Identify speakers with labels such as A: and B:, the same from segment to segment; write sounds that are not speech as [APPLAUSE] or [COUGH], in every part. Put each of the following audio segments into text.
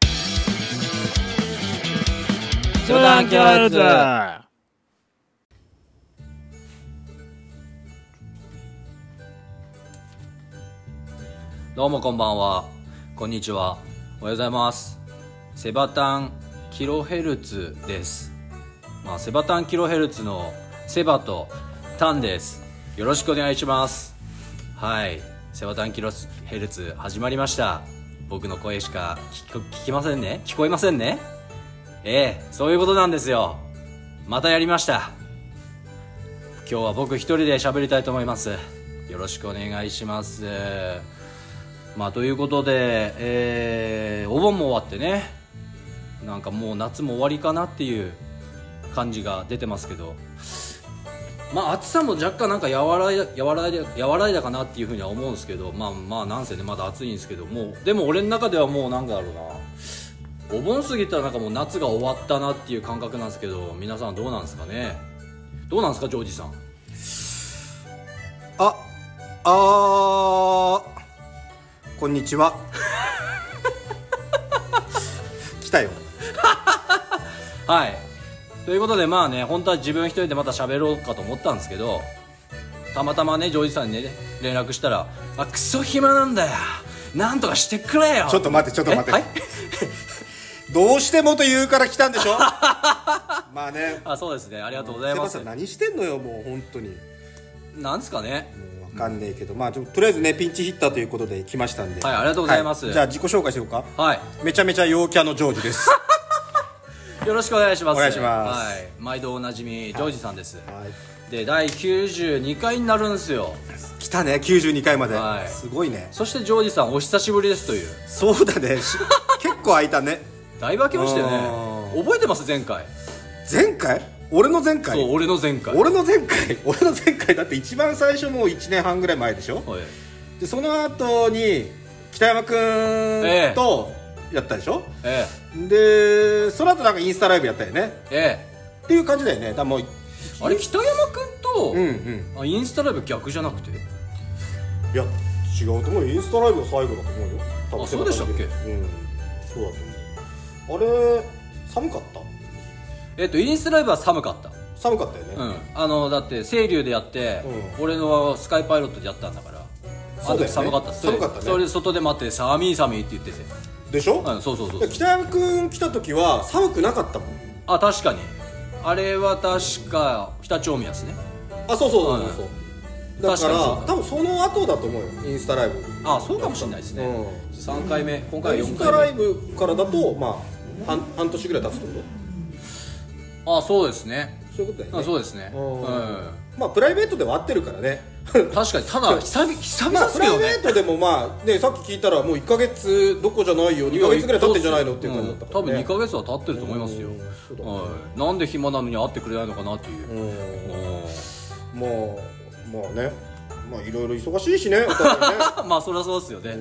A: 네,
B: 初段教室
A: どうもこんばんは。こんにちは。おはようございます。セバタンキロヘルツです。まあ、セバタンキロヘルツのセバとタンです。よろしくお願いします。はい。セバタンキロヘルツ始まりました。僕の声しか聞こ聞きませんね聞こえませんねええ、そういうことなんですよ。またやりました。今日は僕一人で喋りたいと思います。よろしくお願いします。まあ、ということで、えーお盆も終わってねなんかもう夏も終わりかなっていう感じが出てますけどまあ暑さも若干なんか和らいだ和らいだ和らいだかなっていうふうには思うんですけどまあまあなんせねまだ暑いんですけどもうでも俺の中ではもうなんだろうなお盆過ぎたらなんかもう夏が終わったなっていう感覚なんですけど皆さんどうなんですかねどうなんですかジョージさん
C: あ、あーこんにちは。 [LAUGHS] 来たよ。
A: はい。ということで、まあね、本当は自分一人でまた喋ろうかと思ったんですけど、たまたまね、ジョージさんにね、連絡したら、あ、クソ暇なんだよ。なんとかしてくれよ。
C: ちょっと待ってちょっと待
A: え
C: って
A: はい、
C: どうしてもと言うから来
A: [LAUGHS]
C: たんでしょまあね。
A: あ、そうですね。ありがとうございます
C: セバさん。何してんのよ、もう本当に。も
A: なんですかね。
C: うわかんねえけど、まあちょとりあえずね、ピンチヒッターということで来ましたんで。
A: はいありがとうございます
C: はじゃあ自己紹介しようか。
A: はい。
C: めちゃめちゃ陽キャのジョージです。
A: よろしくお願いします。
C: お願いします
A: はい。毎度おなじみ、ジョージさんです。
C: はい
A: で、第92回になるんですよ。
C: 来たね、92回まで。
A: はい
C: すごいね。
A: そしてジョージさん、お久しぶりですという。
C: そうだね。し結構空いたね。
A: だいぶ開けましたよ
C: あ
A: ね。覚えてます前回。
C: 前回俺の前回
A: そう、俺の前回。
C: 俺の前回 [LAUGHS] 俺の前回だって一番最初もう1年半ぐらい前でしょ
A: はい。
C: でその後に北山君とやったでしょ、
A: え
C: でその後なんかインスタライブやったよね
A: え。ええ。
C: っていう感じだよねだからもう
A: あれ北山君と、
C: うんうん
A: あインスタライブ逆じゃなくて
C: いや違うと思うよインスタライブが最後だと思うよ多分
A: あそうでしたっけ
C: うんそうだと思うあれ寒かった
A: えっとインスタライブは寒かった
C: 寒かったよね、
A: うんあのだって清流でやって、
C: うん
A: 俺のスカイパイロットでやったんだから
C: そうだよね
A: あの時寒かったそれ
C: 寒かったね
A: それで外で待って寒い寒いって言ってて
C: でし
A: う
C: ょ、
A: んそうそうそう
C: で北山君来た時は寒くなかったもん
A: あ確かにあれは確か北町宮ですね
C: あそうそうそうそうそう、だから
A: 確か
C: 多分その後だと思うよインスタライブ
A: あそうかもしれないですね、
C: う
A: 3回目今回
C: イ
A: は
C: ンス
A: 4
C: タライ
A: 回目
C: ブからだとまあ半半年ぐらい経つってこ
A: あそうですね
C: とそういうことだよ
A: あ
C: ね
A: そうですねう
C: うん
A: ん
C: まあプライベートでは合ってるからね [LAUGHS]
A: 確かにただ久々久
C: ま
A: 々
C: あ
A: です
C: プ
A: け
C: ラ
A: ど
C: イベ
A: ね
C: ートでもまあねさっき聞いたらもう1か月どこじゃないよ2か月ぐらい経ってんじゃないのっていう感じだったから、ね
A: うん多分2ヶ月は経ってると思いますよ、
C: うんそうだね
A: はい、なんで暇なのに会ってくれないのかなっていう、うん
C: うんまあまあねまあいろいろ忙しい
A: [LAUGHS]
C: しねお互いね
A: まあそりゃそうですよね、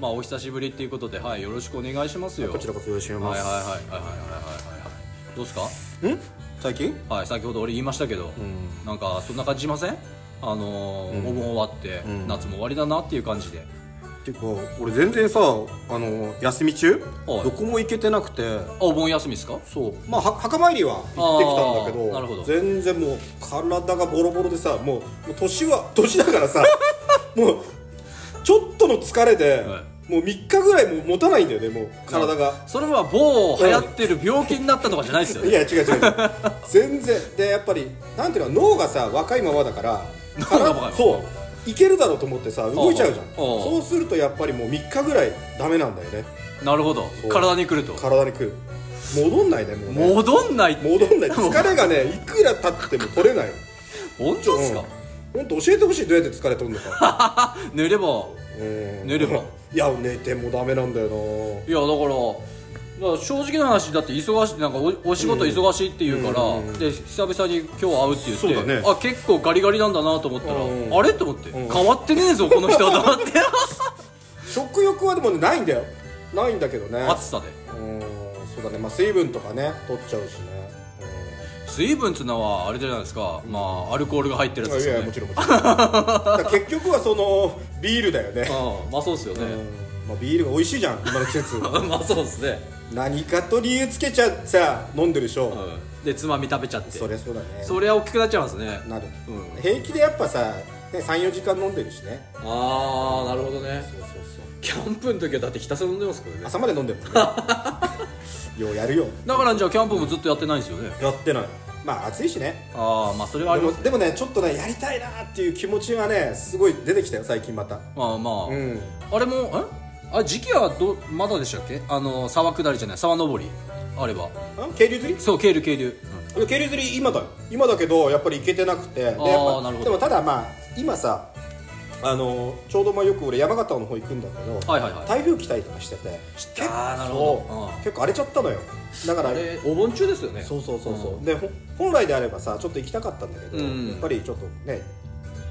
A: まあお久しぶりっていうことで、はい、よろしくお願いしますよ
C: こちらこそよろしくお願い
A: はい
C: し
A: はい
C: ま
A: はいはいはいはいはいはいどうですか
C: すん最近
A: はい先ほど俺言いましたけど、なんかそんな感じしませんあのーお盆終わって、
C: ん
A: 夏も終わりだなっていう感じで
C: ていうか俺全然さあの休み中
A: はい
C: どこも行けてなくて
A: あお盆休みですか
C: そうまあは墓参りは行ってきたんだ
A: あ
C: け
A: ー
C: ど
A: なるほど
C: 全然もう体がボロボロでさもうもう年は [LAUGHS] 年だからさもうちょっとの疲れで、
A: は
C: もう3日ぐらいもう持たないんだよねもう体が。
A: それは某流行ってる病気になったとかじゃないですよ
C: い
A: ね
C: や違う違う違う全然でやっぱりなんていうの脳がさ若いままだから
A: 脳が若いまま
C: そういけるだろうと思ってさ動いちゃうじゃん
A: おうおう
C: そうするとやっぱりもう3日ぐらいダメなんだよね
A: なるほど
C: そう
A: 体に来ると
C: 体にくる戻んないねもうね
A: 戻んないって
C: 戻んない疲れがねいくら経っても取れない
A: 本当ですか、
C: うん、本当教えてほしいどうやって疲れ取る
A: [LAUGHS]
C: のか
A: 寝れば
C: うん
A: 寝れば
C: いや寝てもダメなんだよない
A: やだからだから正直な話だって忙しいなんかおお仕事忙しいって言うから、で久々に今日会うって言って
C: そうだね
A: あ結構ガリガリなんだなと思ったら、
C: うん
A: あれと思って、
C: うん
A: 変わってねえぞこの人はと思って
C: 食欲はでもねないんだよないんだけどね
A: 暑さで
C: うんそうだねまあ水分とかね取っちゃうしね
A: 水分っつうのはあれじゃないですか、まあアルコールが入ってる
C: うん
A: やつで
C: い
A: す
C: や
A: よ
C: い
A: [LAUGHS] ね
C: やもちろんもちろんだから結局はそのビールだよね
A: ああまあそうですよね、
C: うんまあ、ビールが美味しいじゃん今の季節
A: まあ [LAUGHS] そうですね、
C: 何かと理由つけちゃってさ飲んでるでし
A: う
C: ょ、
A: ん、でつまみ食べちゃって
C: そりゃそうだね
A: そりゃ大きくなっちゃいますね
C: なる、
A: うん
C: 平気でやっぱさ、ね、34時間飲んでるしね
A: ああなるほどね
C: そうそうそう
A: キャンプの時はだってひたすら飲んでますからね
C: [LAUGHS] 朝まで飲んでる
A: [LAUGHS]
C: もんねようやるよ
A: だからじゃあキャンプもずっとやってないんですよね
C: やってないまあ暑いしね
A: ああまあそれはあ
C: で
A: りま
C: も
A: す
C: でもねちょっとねやりたいなーっていう気持ちがねすごい出てきたよ最近また
A: まあまあ、
C: うん
A: あれもえあ時期はどまだでしたっけあの沢下りじゃない沢登りあれば
C: あ渓流釣り
A: そう渓流渓流、
C: 俺渓流釣り今だよ今だけどやっぱり行けてなくてでやっぱ
A: なるほど
C: でもただまあ今さあのーちょうどまあよく俺山形の方行くんだけど、
A: はいはいはい
C: 台風来たりとかしてて結構
A: あーなるほどうん
C: 結構荒れちゃったのよだから
A: あれお盆中ですよね
C: そうそうそうそう、
A: う
C: でほ本来であればさちょっと行きたかったんだけど、
A: うん
C: やっぱりちょっとね、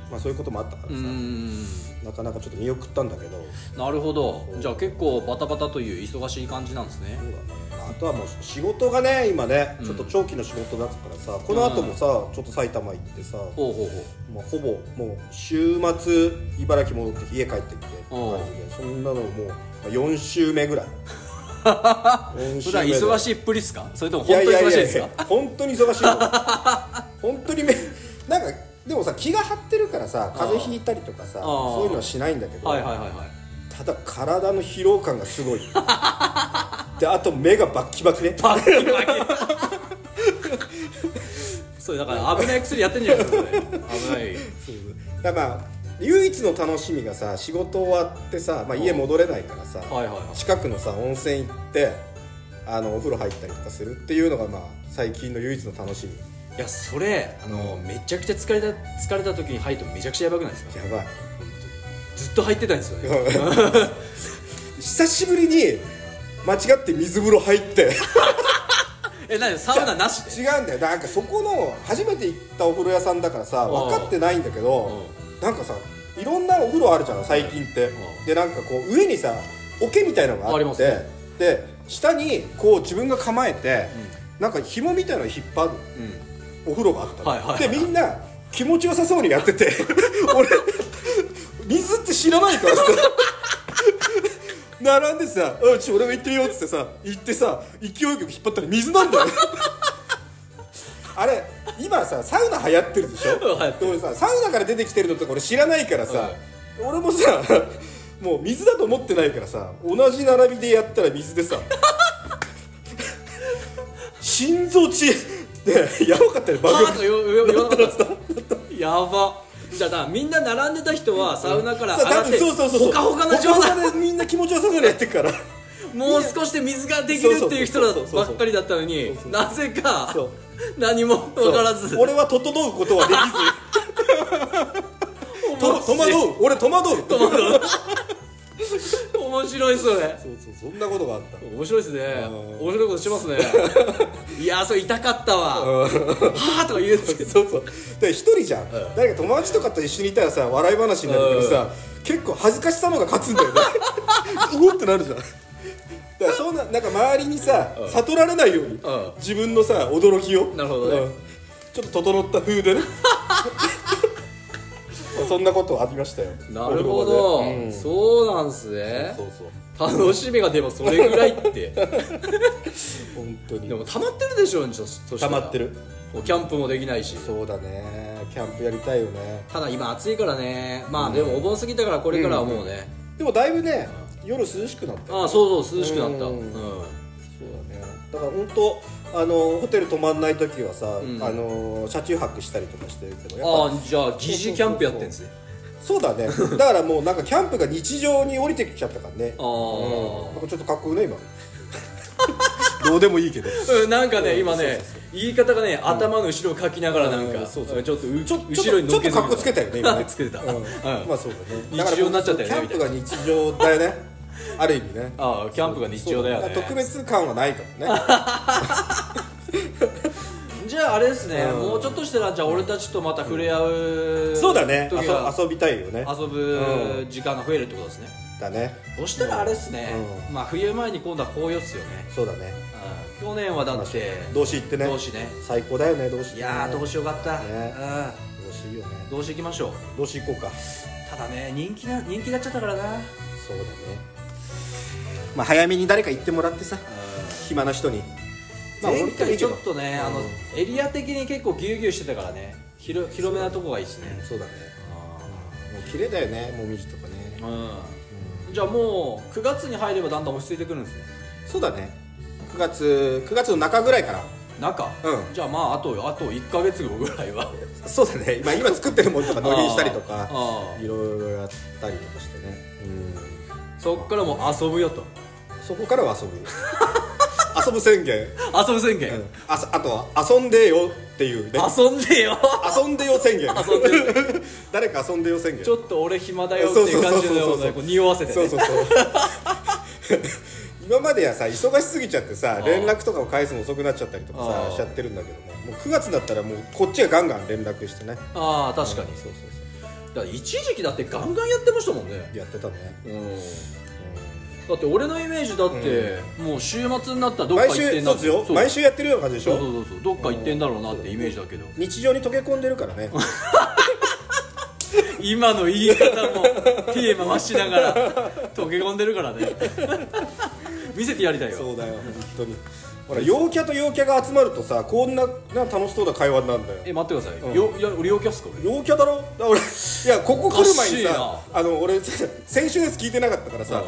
C: まあ、そういうこともあったから
A: う
C: さ、
A: ーん
C: なかなかちょっと見送ったんだけど
A: なるほどじゃあ結構バタバタという忙しい感じなんですね
C: そうだねあとはもう仕事がね今ね
A: うん
C: ちょっと長期の仕事だったからさ、この後もさちょっと埼玉行ってさ、
A: ほうほうほう
C: まあ、ほぼもう週末茨城戻って家帰ってきて
A: おう
C: 感じでそんなのもうまあ4週
A: [LAUGHS]
C: 目ぐらい4
A: 普段忙
C: い
A: しいっぷりっすかそれとも
C: い
A: 本当
C: やい
A: に
C: やい
A: 忙しい
C: や
A: で
C: い
A: すか
C: や本当に忙しいの [LAUGHS] 本当にめなんかでもさ気が張ってるからさ風邪ひいたりとかさ
A: あー
C: そういうのはしないんだけど、
A: はいはいはいはい
C: ただ体の疲労感が
A: [LAUGHS]
C: すごいであと目がバッキバキね
A: バキバキ [LAUGHS] それだから危ない薬やってんじゃないですかそれ危ない
C: だからまあ唯一の楽しみがさ仕事終わってさ、まあ、家戻れないからさ、
A: はいはいはい
C: 近くのさ温泉行ってあのお風呂入ったりとかするっていうのがまあ最近の唯一の楽しみ
A: いやそれあのめちゃくちゃ疲れた疲れた時に入ってもめちゃくちゃやばくないですか
C: やばい
A: ずっと入ってたんですよね
C: [LAUGHS] 久しぶりに間違って水風呂入って
A: え何サウナなしで
C: 違うんだよなんかそこの初めて行ったお風呂屋さんだからさ
A: うん
C: 分かってないんだけどなんかさいろんなお風呂あるじゃん最近って
A: うん
C: でなんかこう上にさ桶みたいのがあ
A: あり
C: っ
A: ます
C: て
A: ね
C: で下にこう自分が構えて、なんか紐みたいなの引っ張る
A: うん
C: お風呂があったの、
A: はいはいはい
C: でみんな気持ちよさそうにやって [LAUGHS] て俺水って知らないからさ並んでさ「うんちょ俺も行ってみよう」っつってさ行ってさ勢いよく引っ張ったら水なんだよあれ今さサウナ流行ってるでしょ
A: 流行って
C: で俺さサウナから出てきてるのとか俺知らないからさ、俺もさもう水だと思ってないからさ同じ並びでやったら水でさ心臓血で [LAUGHS] やばかったよ
A: パ
C: バグ
A: ーッとよよ言わなかったですかやばじゃあだからみんな並んでた人はサウナから上
C: さ多
A: がっ
C: 分
A: て
C: そうそうそうそう
A: ほかほかの状
C: ほかほ
A: 態
C: かでみんな気持ちよさそうにやってるから
A: もう少しで水ができるっていう人らばっかりだったのに
C: そうそうそうそう
A: なぜか
C: そう
A: 何も分からず
C: そう俺は整うことはできず
A: [LAUGHS]
C: と戸惑う俺戸惑う戸惑う
A: 面白いそれ
C: そうそうそんなことがあった
A: 面白いですね
C: うん
A: 面白いことして
C: [LAUGHS]
A: ますねいやーそれ痛かったわ
C: うん
A: はあとか言うんですけど
C: そうそうで一人じゃん、誰か友達とかと一緒にいたらさ笑い話になるけどさ、結構恥ずかしさの方が勝つん
A: [LAUGHS]
C: だよねうおってなるじゃんだからそんななんか周りにさ、悟られないように、
A: ん
C: 自分のさ驚きを
A: なるほどね
C: うんちょっと整った
A: [LAUGHS]
C: 風でねそんなことありましたよ
A: なるほど、
C: お風呂場でうんそう
A: そうなんすね
C: そうそう
A: 楽しみがでもそれぐらいって
C: [LAUGHS] 本当
A: で
C: に
A: も溜まってるでしょそそした
C: 溜
A: ら
C: まってる
A: こうキャンプもできないし
C: そうだねキャンプやりたいよね
A: ただ今暑いからねまあでもお盆過ぎたからこれからはもうね、
C: でもだいぶね夜涼しくなったよ
A: ああそうそう涼しくなった
C: う
A: うんん、
C: そうだねだから本当あのホテル泊まんない時はさ、
A: ん
C: あの車中泊したりとかしてるけどや
A: あ
C: っぱ
A: あじゃあ疑似キャンプやってんですね
C: そうだ
A: [LAUGHS]
C: ねだからもうなんかキャンプが日常に降りてきちゃったからね
A: あー
C: うんなんかちょっとかっこいい
A: [LAUGHS]
C: ね今どうでもいいけど
A: うん、なんかね今ね言い方がね頭の後ろをかきながらなんか、
C: うんそうそう
A: うんちょっとう
C: ちょちょっと
A: 後ろに乗っけ
C: ちょっとかっこつけたよね今ね
A: [LAUGHS] つけてた、
C: うん
A: うん
C: まあそうだね
A: 日常になっちゃったよね
C: だからもうキャンプが日常だよねある意味ね
A: [LAUGHS] ああキャンプが日常だよね
C: そう特別感はないからね
A: じゃああれですね、
C: うん
A: もうちょっとしたらじゃあ俺たちとまた触れ合う
C: そうだね
A: 時が
C: 遊遊びたいよね
A: 遊ぶ時間が増えるってことですね、
C: だね
A: そしたらあれですね、
C: う
A: まあ冬前に今度は紅葉っすよね、
C: そうだね
A: うん去年はだって
C: 同志行ってね
A: 同志ね
C: 最高だよね同志
A: いやーどう
C: 志
A: しようかった、
C: ね同志いいよね
A: うんどうしていきましょう
C: どうし行こうか
A: ただね人気な人気になっちゃったからな
C: そうだねまあ、早めに誰か行ってもらってさ暇な人に、まあ、
A: 前
C: 俺はい
A: 回
C: い
A: ち
C: け
A: ょ
C: ど
A: っとね、あの
C: うん
A: エリア的に結構ギュウギュウしてたからね広広めなとこがいいですね
C: そうだねもう綺麗だよねもみじとかね、
A: うんじゃあもう9月に入ればだんだん落ち着いてくるんですね
C: そうだね9月9月の中ぐらいから
A: 中、
C: うん
A: じゃあまああとあと1か月後ぐらい
C: [LAUGHS]
A: は
C: そうだね、まあ、今作ってるものと [LAUGHS] か納品したりと
A: あ
C: か
A: あ
C: いろいろやったりとかしてね
A: そっからもう遊ぶよと
C: うんそこからは遊ぶ [LAUGHS] 遊ぶ宣言、
A: 遊ぶ宣言、
C: うんあそあとは遊んでよっていうね
A: [LAUGHS] 遊んでよ
C: 遊んでよ宣言
A: 遊んでよ
C: [LAUGHS] 誰か遊んでよ宣言
A: ちょっと俺暇だよっていう感じのようなこう匂わせて、ね、
C: そうそうそう [LAUGHS] 今まではさ忙しすぎちゃってさ
A: ー
C: 連絡とかを返すの遅くなっちゃったりとか
A: あー
C: さしちゃってるんだけどねもう9月だったらもうこっちがガンガン連絡してね
A: ああ確かに、
C: そうそうそ
A: だから一時期だってガンガンやってましたもんね
C: うやってたね
A: うんだって俺のイメージだって、もう週末になったらどっか
C: 毎
A: 行って
C: 週
A: ん
C: そ
A: だ
C: うですよ毎週やってるような感じでし
A: そう
C: ょ
A: そうそうそうどっか行ってんだろうなってイメージだけど
C: 日常に溶け込んでるからね
A: 今の言い方も手回しながら溶け込んでるからね見せてやりたいよ
C: そうだよ本当にほら陽キャと陽キャが集まるとさこんなな楽しそうな会話になるんだよ
A: え待ってください、
C: うん
A: よいや俺陽キャっすか俺
C: 陽キャだろだ俺いやここ来る前に
A: おか
C: さ
A: し
C: あの俺 [LAUGHS] さ先週のやつ聞いてなかったからさ、
A: うん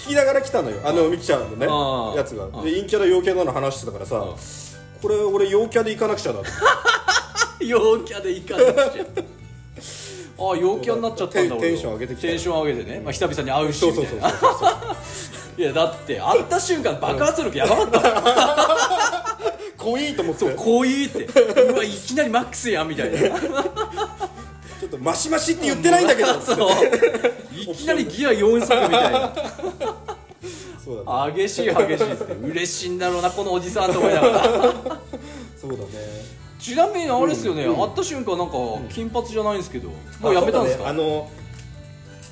C: 聞きながら来たのよあのミキちゃんのね
A: うん
C: やつが
A: うん
C: で陰キャだ陽キャだの話してたからさ、
A: うん
C: これ俺陽キャで行かなくちゃだって
A: [LAUGHS] 陽キャで行かなくちゃああ陽キャになっちゃったんだ
C: テン
A: 俺
C: テンション上げてきた
A: テンション上げてね、まあ、久々に会うし
C: そ
A: み
C: う
A: た
C: そ
A: いうな
C: そうそう
A: いやだって会った瞬間爆発力やばかった
C: 濃いと思って
A: こういうってうわいきなりマックスやんみたいな
C: ちょっとマシマシって言ってないんだけ
A: [LAUGHS]
C: ど
A: そういきなりギア4速みたいな
C: そうだね
A: 激しい激しいっすね嬉しいんだろうなこのおじさんと思いながら
C: そうだね
A: ちなみにあれですよね、会った瞬間なんか金髪じゃないんですけど、もうやめたんですか、
C: あそうだねあの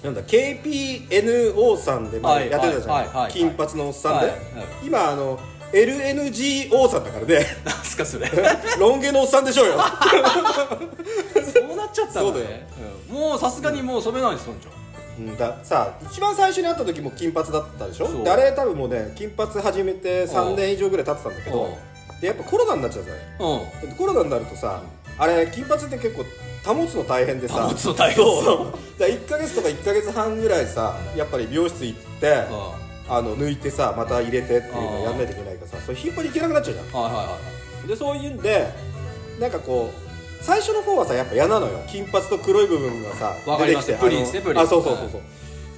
C: なんだ KPNO さんでも
A: は
C: や
A: い
C: ってたじ
A: はいはい
C: ゃ
A: は
C: ん
A: い
C: 金髪のおっさん
A: はい
C: で、
A: はい
C: 今あの LNGO さんだからね [LAUGHS]
A: なんすかそれ
C: ロン毛のおっさんでしょうよ
A: そうなっちゃったんだ
C: そうだよ
A: ねうんもうさすがにもう染めないですそんちゃん
C: うんださあ一番最初に会った時も金髪だったでし
A: そう
C: ょであれ多分もうね金髪始めて3年以上ぐらい経ってたんだけ
A: う
C: どでやっぱコロナになっちゃうじゃない
A: んうん
C: コロナになるとさあれ金髪って結構保つの大変でさ
A: 保つの大変
C: そうだ1か月とか1か月半ぐらいさやっぱり美容室行って
A: うんは
C: あの抜いてさまた入れてっていうのをやんないといけないからさそれ頻繁に行けなくなっちゃうじ
A: いはいは
C: ゃんでそういうんでなんかこう最初の方はさやっぱ嫌なのよ金髪と黒い部分がさ
A: わかり
C: 出て
A: ま
C: き
A: す
C: て
A: プリンですね
C: あ
A: プ
C: の
A: リン
C: あそうそうそうそう、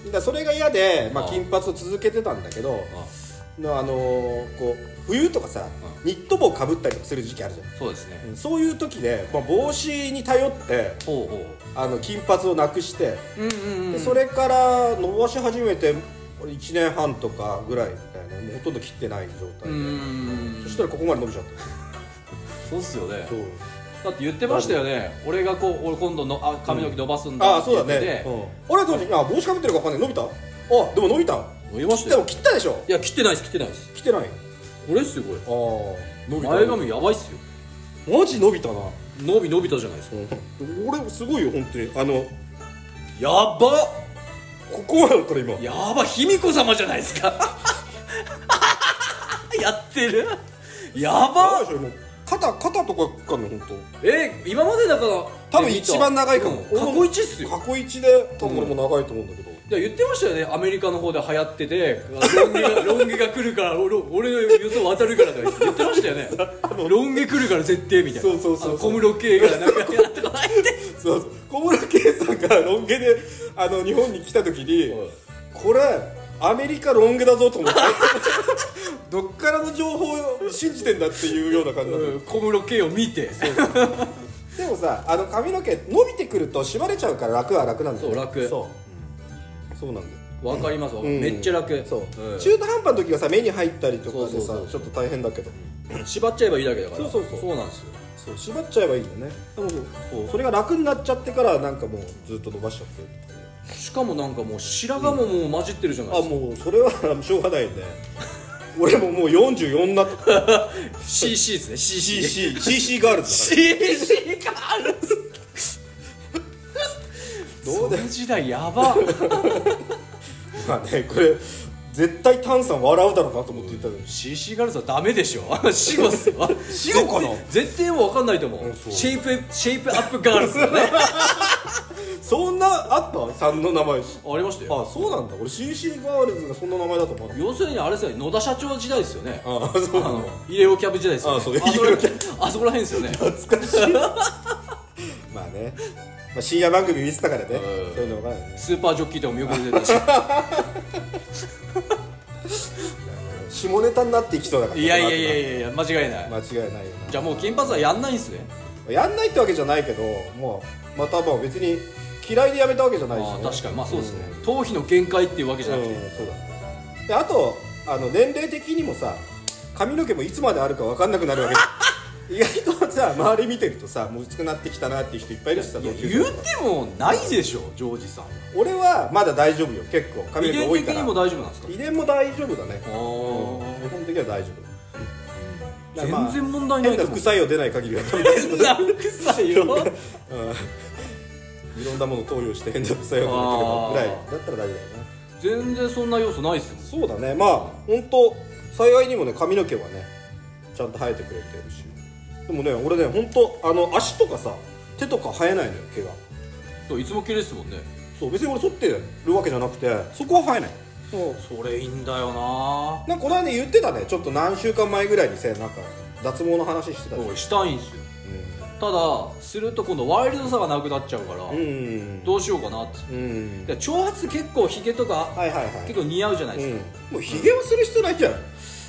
C: だからそれが嫌で、ま
A: あ
C: あ、
A: あ
C: 金髪を続けてたんだけど
A: いはい
C: のあのーこう冬とかさ
A: う
C: ニット帽をかぶったりとかする時期あるじゃ
A: そうですね
C: んそういう時で、まあ、帽子に頼って
A: ほうほ
C: あの金髪をなくして、
A: ううんうんう
C: で
A: ん
C: それから伸ばし始めて1年半とかぐらいみたいなもうほとんど切ってない状態で、
A: うん
C: そしたらここまで伸びちゃっ
A: そうっすよね
C: たそう
A: だって言ってましたよね俺がこう俺今度のあ髪の毛伸ばすん
C: あ
A: だっ
C: あ
A: て
C: そ
A: 言
C: うだ
A: って
C: ね
A: て、
C: うん、あれどうしあ帽子かぶってるかわかんない伸びたあでも伸びた
A: 伸びました
C: で
A: よ
C: も切ったでしょ
A: いや切ってないです切ってないです
C: 切ってないあ
A: これっすよこ
C: あ
A: れ
C: 伸びた
A: 前髪やばいっすよ
C: マジ伸びたな
A: 伸び伸びたじゃないですか
C: 俺すごいよ本当にあの
A: やば
C: こ [LAUGHS] こなんから今
A: やば卑弥呼様じゃないですか [LAUGHS] やってるやば
C: あでしょもう肩肩とかかんの本当
A: え今までだから
C: 多分一番長いか
A: う
C: も
A: ん過去一っすよ
C: 過去一で多分俺も長いと思うんだけど、
A: いや言ってましたよねアメリカの方で流行っててロン毛がロン毛が来るから俺俺の予想渡るからとか言ってましたよねロン毛来るから絶対みたいな
C: そうそうそうそう
A: あの小室圭がなんかやってこないって
C: [LAUGHS] そうそう小室圭さんがロン毛であの日本に来た時にこれアメリカロン毛だぞと思って [LAUGHS] どっからの情報を信じてんだっていうような感じだった
A: うん小室圭を見て
C: でもさあの髪の毛伸びてくると縛れちゃうから楽は楽なんだよね
A: そう楽
C: そう,、そうなんだよ
A: わかりますわ、
C: うん
A: めっちゃ楽
C: そう、
A: うん
C: 中途半端の時はさ目に入ったりとかで
A: そう
C: さ
A: そう
C: ちょっと大変だけど
A: 縛っちゃえばいいだけだから
C: そうそうそう
A: そうなんですよ
C: そう縛っちゃえばいいんだよねでもそうそれが楽になっちゃってからなんかもうずっと伸ばしちゃってるっていう
A: しかもなんかもう白髪ももう混じってるじゃないで
C: あ
A: すか、
C: もうそれはしょうがないね俺ももう44になった
A: [LAUGHS] CC ですね CC
C: CCCC ガールズ
A: CC がある
C: どうだ
A: その時代やば
C: だからまあねこれ絶対炭さん笑うだろうなと思って言ったのに
A: CC ガールズはダメでしょ死後っすよ
C: 死後かな
A: 絶対絶対もう分かんないと思う
C: うんそう
A: シェイプシェイプアップガールズだ [LAUGHS] ね
C: そんなあったさんの名前
A: ありましたよ
C: あそうなんだ俺 CC ガールズがそんな名前だと思わなかっ
A: 要するにあれですよね野田社長時代ですよね
C: たああそう
A: あ
C: な
A: の
C: の
A: 入れオキャブ時代ですよね
C: あそう
A: あそ
C: 入れ
A: れ
C: オキ
A: あそこら辺ですよね [LAUGHS]
C: 懐かしいまあね、まあ、深夜番組見てたからね
A: うん
C: そういうの分かるね
A: スーパージョッキーとかもよく出て [LAUGHS] たし
C: 下ネタになっていきそうだから
A: いやいやいやいやいや間違いない
C: 間違いないよ
A: じゃあもう金髪はやんないんすね
C: なやんないってわけじゃないけどもうまあ多分別に嫌いでやめたわけじゃないし、
A: あ
C: ね、
A: ー確かにまあそうですね頭皮の限界っていうわけじゃなくて
C: うんそうだねであとあの年齢的にもさ髪の毛もいつまであるか分かんなくなるわけだ意
A: [LAUGHS]
C: 外とさ周り見てるとさもう薄くなってきたなっていう人いっぱいいるしさ
A: いや
C: 同級生
A: 言ってもないでしょジョージさん
C: 俺はまだ大丈夫よ結構髪
A: 遺
C: の毛
A: 伝
C: 多い
A: 的
C: から
A: にも大丈夫なんですか
C: 遺伝も大丈夫だね
A: あ
C: うん基本的には大丈夫、まあ
A: 全然問題ないと
C: 変な
A: 思う
C: 副作用出ない限りは多分大丈夫
A: 変な副作用
C: いろんなもの投与して変な副作用が出てくればぐらいだったら大丈夫だよね
A: [LAUGHS] 全然そんな要素ないっすよ
C: そうだねまあ本当幸いにもね髪の毛はねちゃんと生えてくれてるしでもね俺ね本当あの足とかさ手とか生えないのよ毛が
A: そういつも綺麗っすもんね
C: そう別に俺剃ってるわけじゃなくてそこは生えないそう
A: それいいんだよな
C: なんかこの間ね言ってたねちょっと何週間前ぐらいにさなんか脱毛の話してたじゃん
A: そうしたいんすよただすると今度ワイルドさがなくなっちゃうから
C: うんうん
A: どうしようかなって
C: うん
A: で長髪結構ヒゲとか
C: はいはいはい
A: 結構似合うじゃないで
C: う
A: す
C: ん
A: か、
C: もうひげはする必要ないじゃん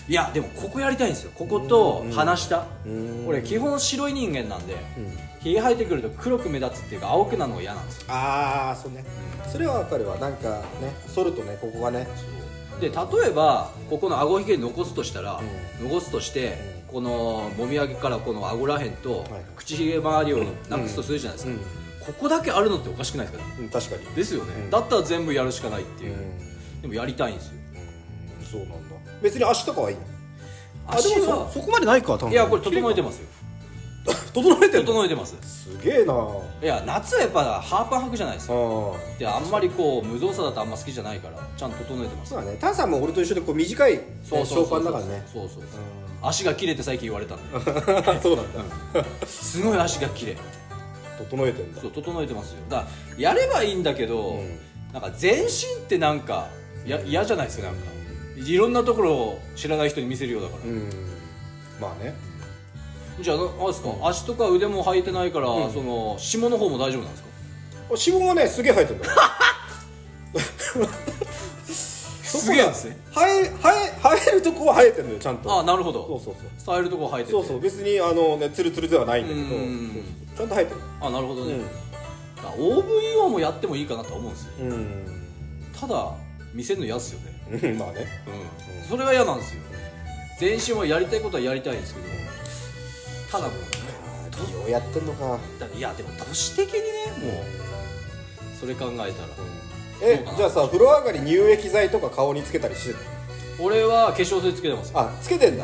A: いやでもここやりたいんですよここと鼻下、
C: うん
A: 俺基本白い人間なんで
C: うん
A: ひげ生えてくると黒く目立つっていうか青くなるのが嫌なんですよ
C: ああそうねそれはわかるわなんかね剃るとねここがね
A: で例えばここの顎ひげ残すとしたら、残すとして、このもみあげからこの顎らへんと、
C: い
A: 口ひげ周りをなくすとするじゃないですか、
C: うん
A: ここだけあるのっておかしくないですか
C: うん確かに
A: ですよね、
C: ん
A: だったら全部やるしかないっていう、
C: う
A: でもやりたいんですよ
C: んそうなんだ別に足とかはいいの
A: 足
C: あでも
A: は
C: そそこまでないか多分
A: いやこれ整えてますよ
C: 整えてる
A: 整えてます
C: すげえなあ
A: いや夏はやっぱハーパン履くじゃないですか
C: ー
A: であんまりこう無造作だとあんま好きじゃないからちゃんと整えてます
C: そうだねタンさんも俺と一緒でこう短いねシ
A: そうそ
C: ョ
A: う
C: ーパ
A: そう
C: ン
A: そ
C: だ
A: う
C: からね
A: そうそうそう足が切れって最近言われたんで
C: そうなんだ
A: すごい足が切れ
C: 整えてんだ
A: そう整えてますよだからやればいいんだけど、
C: ん
A: なんか全身ってなんかや嫌じゃないですかなんかいろんなところを知らない人に見せるようだから、
C: うんまあね
A: じゃあなあれですか、足とか腕も履いてないから、その下の方も大丈夫なんですか
C: 指紋はねすげえ生えてんだよ
A: すげえんですね
C: 生え生え生えるとこは生えてんだよちゃんと
A: あなるほど
C: そうそうそう
A: スタイルとこ履いてて
C: そうそう別にあのねツルツルではないんだけど
A: うん
C: そうそうちゃんと生えてる
A: あなるほどね、
C: うん
A: だから OVO もやってもいいかなとは思うんですよ
C: うん
A: ただ見せるの嫌っすよね
C: うんまあね
A: うん、それが嫌なんですよ全身はやりたいことはやりたいんですけどただもう
C: 美容やってんのか
A: いやでも都市的にねもうそれ考えたら
C: えじゃあさ風呂上がり乳液剤とか顔につけたりしてる
A: 俺は化粧水つけてますよ
C: あつけてんだ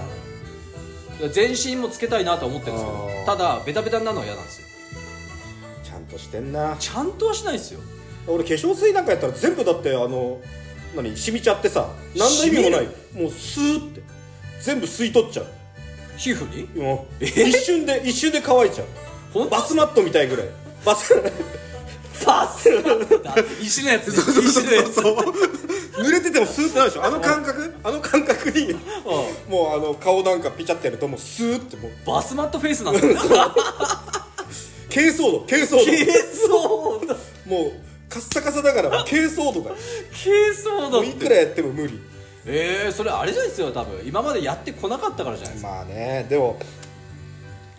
A: 全身もつけたいなとは思ってるんですけ
C: あー
A: どただベタベタになるのは嫌なんですよ
C: ちゃんとしてんな
A: ちゃんとはしないですよ
C: 俺化粧水なんかやったら全部だってあの何染みちゃってさ何の意味もない
A: 染
C: もうスーって全部吸い取っちゃう
A: 皮膚に
C: もう一瞬で一瞬で乾いちゃう
A: ほんと
C: バスマットみたいぐらいバス
A: バスだ石のやつね石のやつ
C: 濡れててもスーってなるでしょあの感覚あの感覚に
A: う
C: もうあの顔なんかピチャってやるともうスーってもうん
A: バスマットフェイスなんですよ
C: 珪藻土珪藻土
A: 軽装だ
C: もうカッサカサだからもう珪藻土だよ
A: 軽装だ
C: も
A: っ
C: うい
A: て
C: くらやっても無理
A: ええー、それあれじゃないですよ多分今までやってこなかったからじゃないですか、
C: まあねでも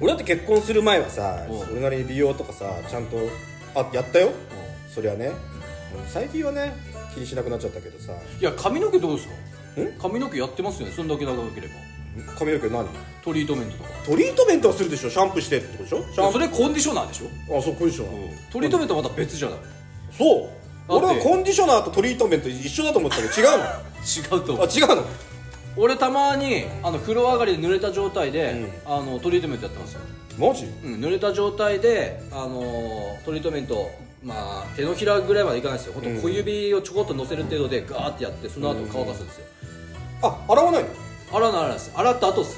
C: 俺だって結婚する前はさ
A: うん
C: それなりに美容とかさちゃんとあやったよそりゃね最近はね気にしなくなっちゃったけどさ
A: いや髪の毛どうですか
C: ん
A: 髪の毛やってますよねそんだけ長ければ
C: 髪の毛何
A: トリートメントとか
C: トリートメントはするでしょシャンプーしてってことでしょシャン
A: それコンディショナーでしょ
C: あそうコンディショナー
A: トリートメントはまた別じゃない
C: そ
A: だ
C: う
A: って
C: 俺はコンディショナーとトリートメント一緒だと思ってたけ
A: [LAUGHS]
C: ど違うのあ
A: 違うと思う
C: 違うの
A: 俺たまにあの風呂上がりで濡れた状態で、あのトリートメントやってますよ、
C: マジ
A: うん、濡れた状態で、あのートリートメントまあ、手のひらぐらいまでいかないですよ、ほんと小指をちょこっと乗せる程度で、ガーってやって、その後乾かすんですよ、
C: あ洗わないの
A: 洗わない洗わないです、洗った後っす、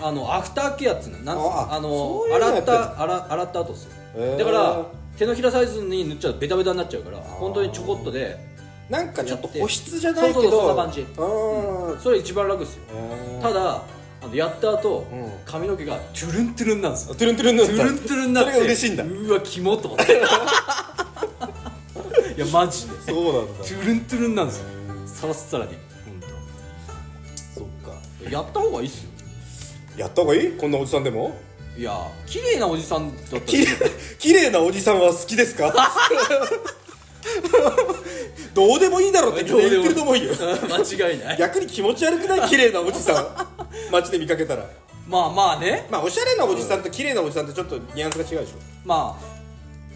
A: あのアフターケアっつうの、なんつう
C: あ
A: あの
C: そういうの
A: 洗
C: や
A: っ
C: ってる
A: た洗洗った後っす
C: へー
A: だから、手のひらサイズに塗っちゃうと、ベタベタになっちゃうから、本当にちょこっとで、
C: なんかちょっと保湿じゃないけ
A: そ
C: ど
A: うそうそうそんな感じ
C: あー
A: それ一番楽ですよ、
C: へー
A: ただ、あのやった後、
C: うん
A: 髪の毛がトゥルントゥルンなんですよ
C: トゥルントゥルンになっ
A: ト
C: た
A: ゥルントゥルンになって
C: それが嬉しいんだ
A: うわキモと思って [LAUGHS] いやマジでト
C: そうなんだ
A: ゥルントゥルンなんですよさらっさらに本
C: そっか
A: 当。やった方がいいっすよ
C: やった方がいいこんなおじさんでも
A: いや綺麗なおじさんだったら
C: きれいきれいなおじさんは好きですかどうでもいいだろってみんな言ってると思うよ
A: [LAUGHS] 間違いない
C: 逆に気持ち悪くない綺麗なおじさん街で見かけたら
A: まあまあね
C: まあおしゃれなおじさんと綺麗なおじさんってちょっとニュアンスが違うでしょ
A: まあ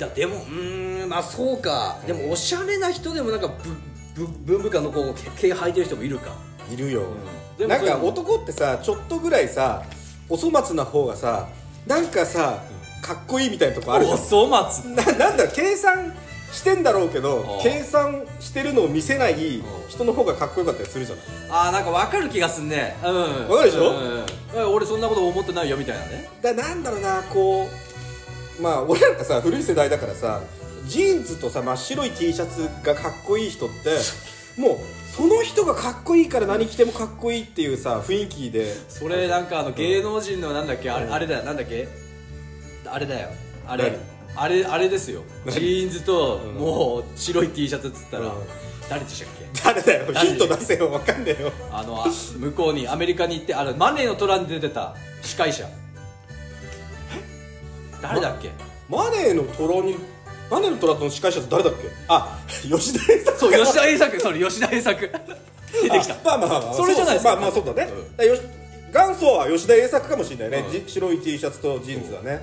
A: だでもうーんまあそうかでもおしゃれな人でもなんかぶぶブンブカのこう毛毛生えてる人もいるか
C: いるよ、
A: でも
C: なん
A: そ
C: か
A: れ
C: 男ってさちょっとぐらいさお粗末な方がさなんかさかっこいいみたいなとこあるじゃん
A: お粗末
C: ななんだ計算してんだろうけど
A: ああ
C: 計算してるのを見せない人の方がかっこよかったりするじゃない
A: あーなんかわかる気がすんねうん
C: わかるでしょ
A: うんうんうん俺そんなこと思ってないよみたいなね
C: だなんだろうなこうまあ俺なんかさ古い世代だからさジーンズとさ真っ白い T シャツがかっこいい人ってもうその人がかっこいいから何着てもかっこいいっていうさ雰囲気で
A: それなんかあの芸能人のなんだっけあれあれだよなんだっけあれだよあれ
C: 何
A: あれあれですよジーンズともう白い T シャツっつったら
C: うん
A: 誰でしたっけ
C: 誰だよ
A: 誰
C: ヒント出せよわかんねえよ
A: あのあ向こうにアメリカに行ってあのマネーの虎に出てた司会者誰だっけ
C: マネーの虎にマネーの虎との司会者って誰だっけあ吉田栄
A: [LAUGHS]
C: 作
A: そう吉田栄作それ吉田栄作 [LAUGHS] 出てきた
C: あまあまあまあ
A: それじゃないですか
C: まあまあそうだね、
A: うん
C: だからよし元祖は吉田栄作かもしれないね、
A: うん
C: じ白い T シャツとジーンズだね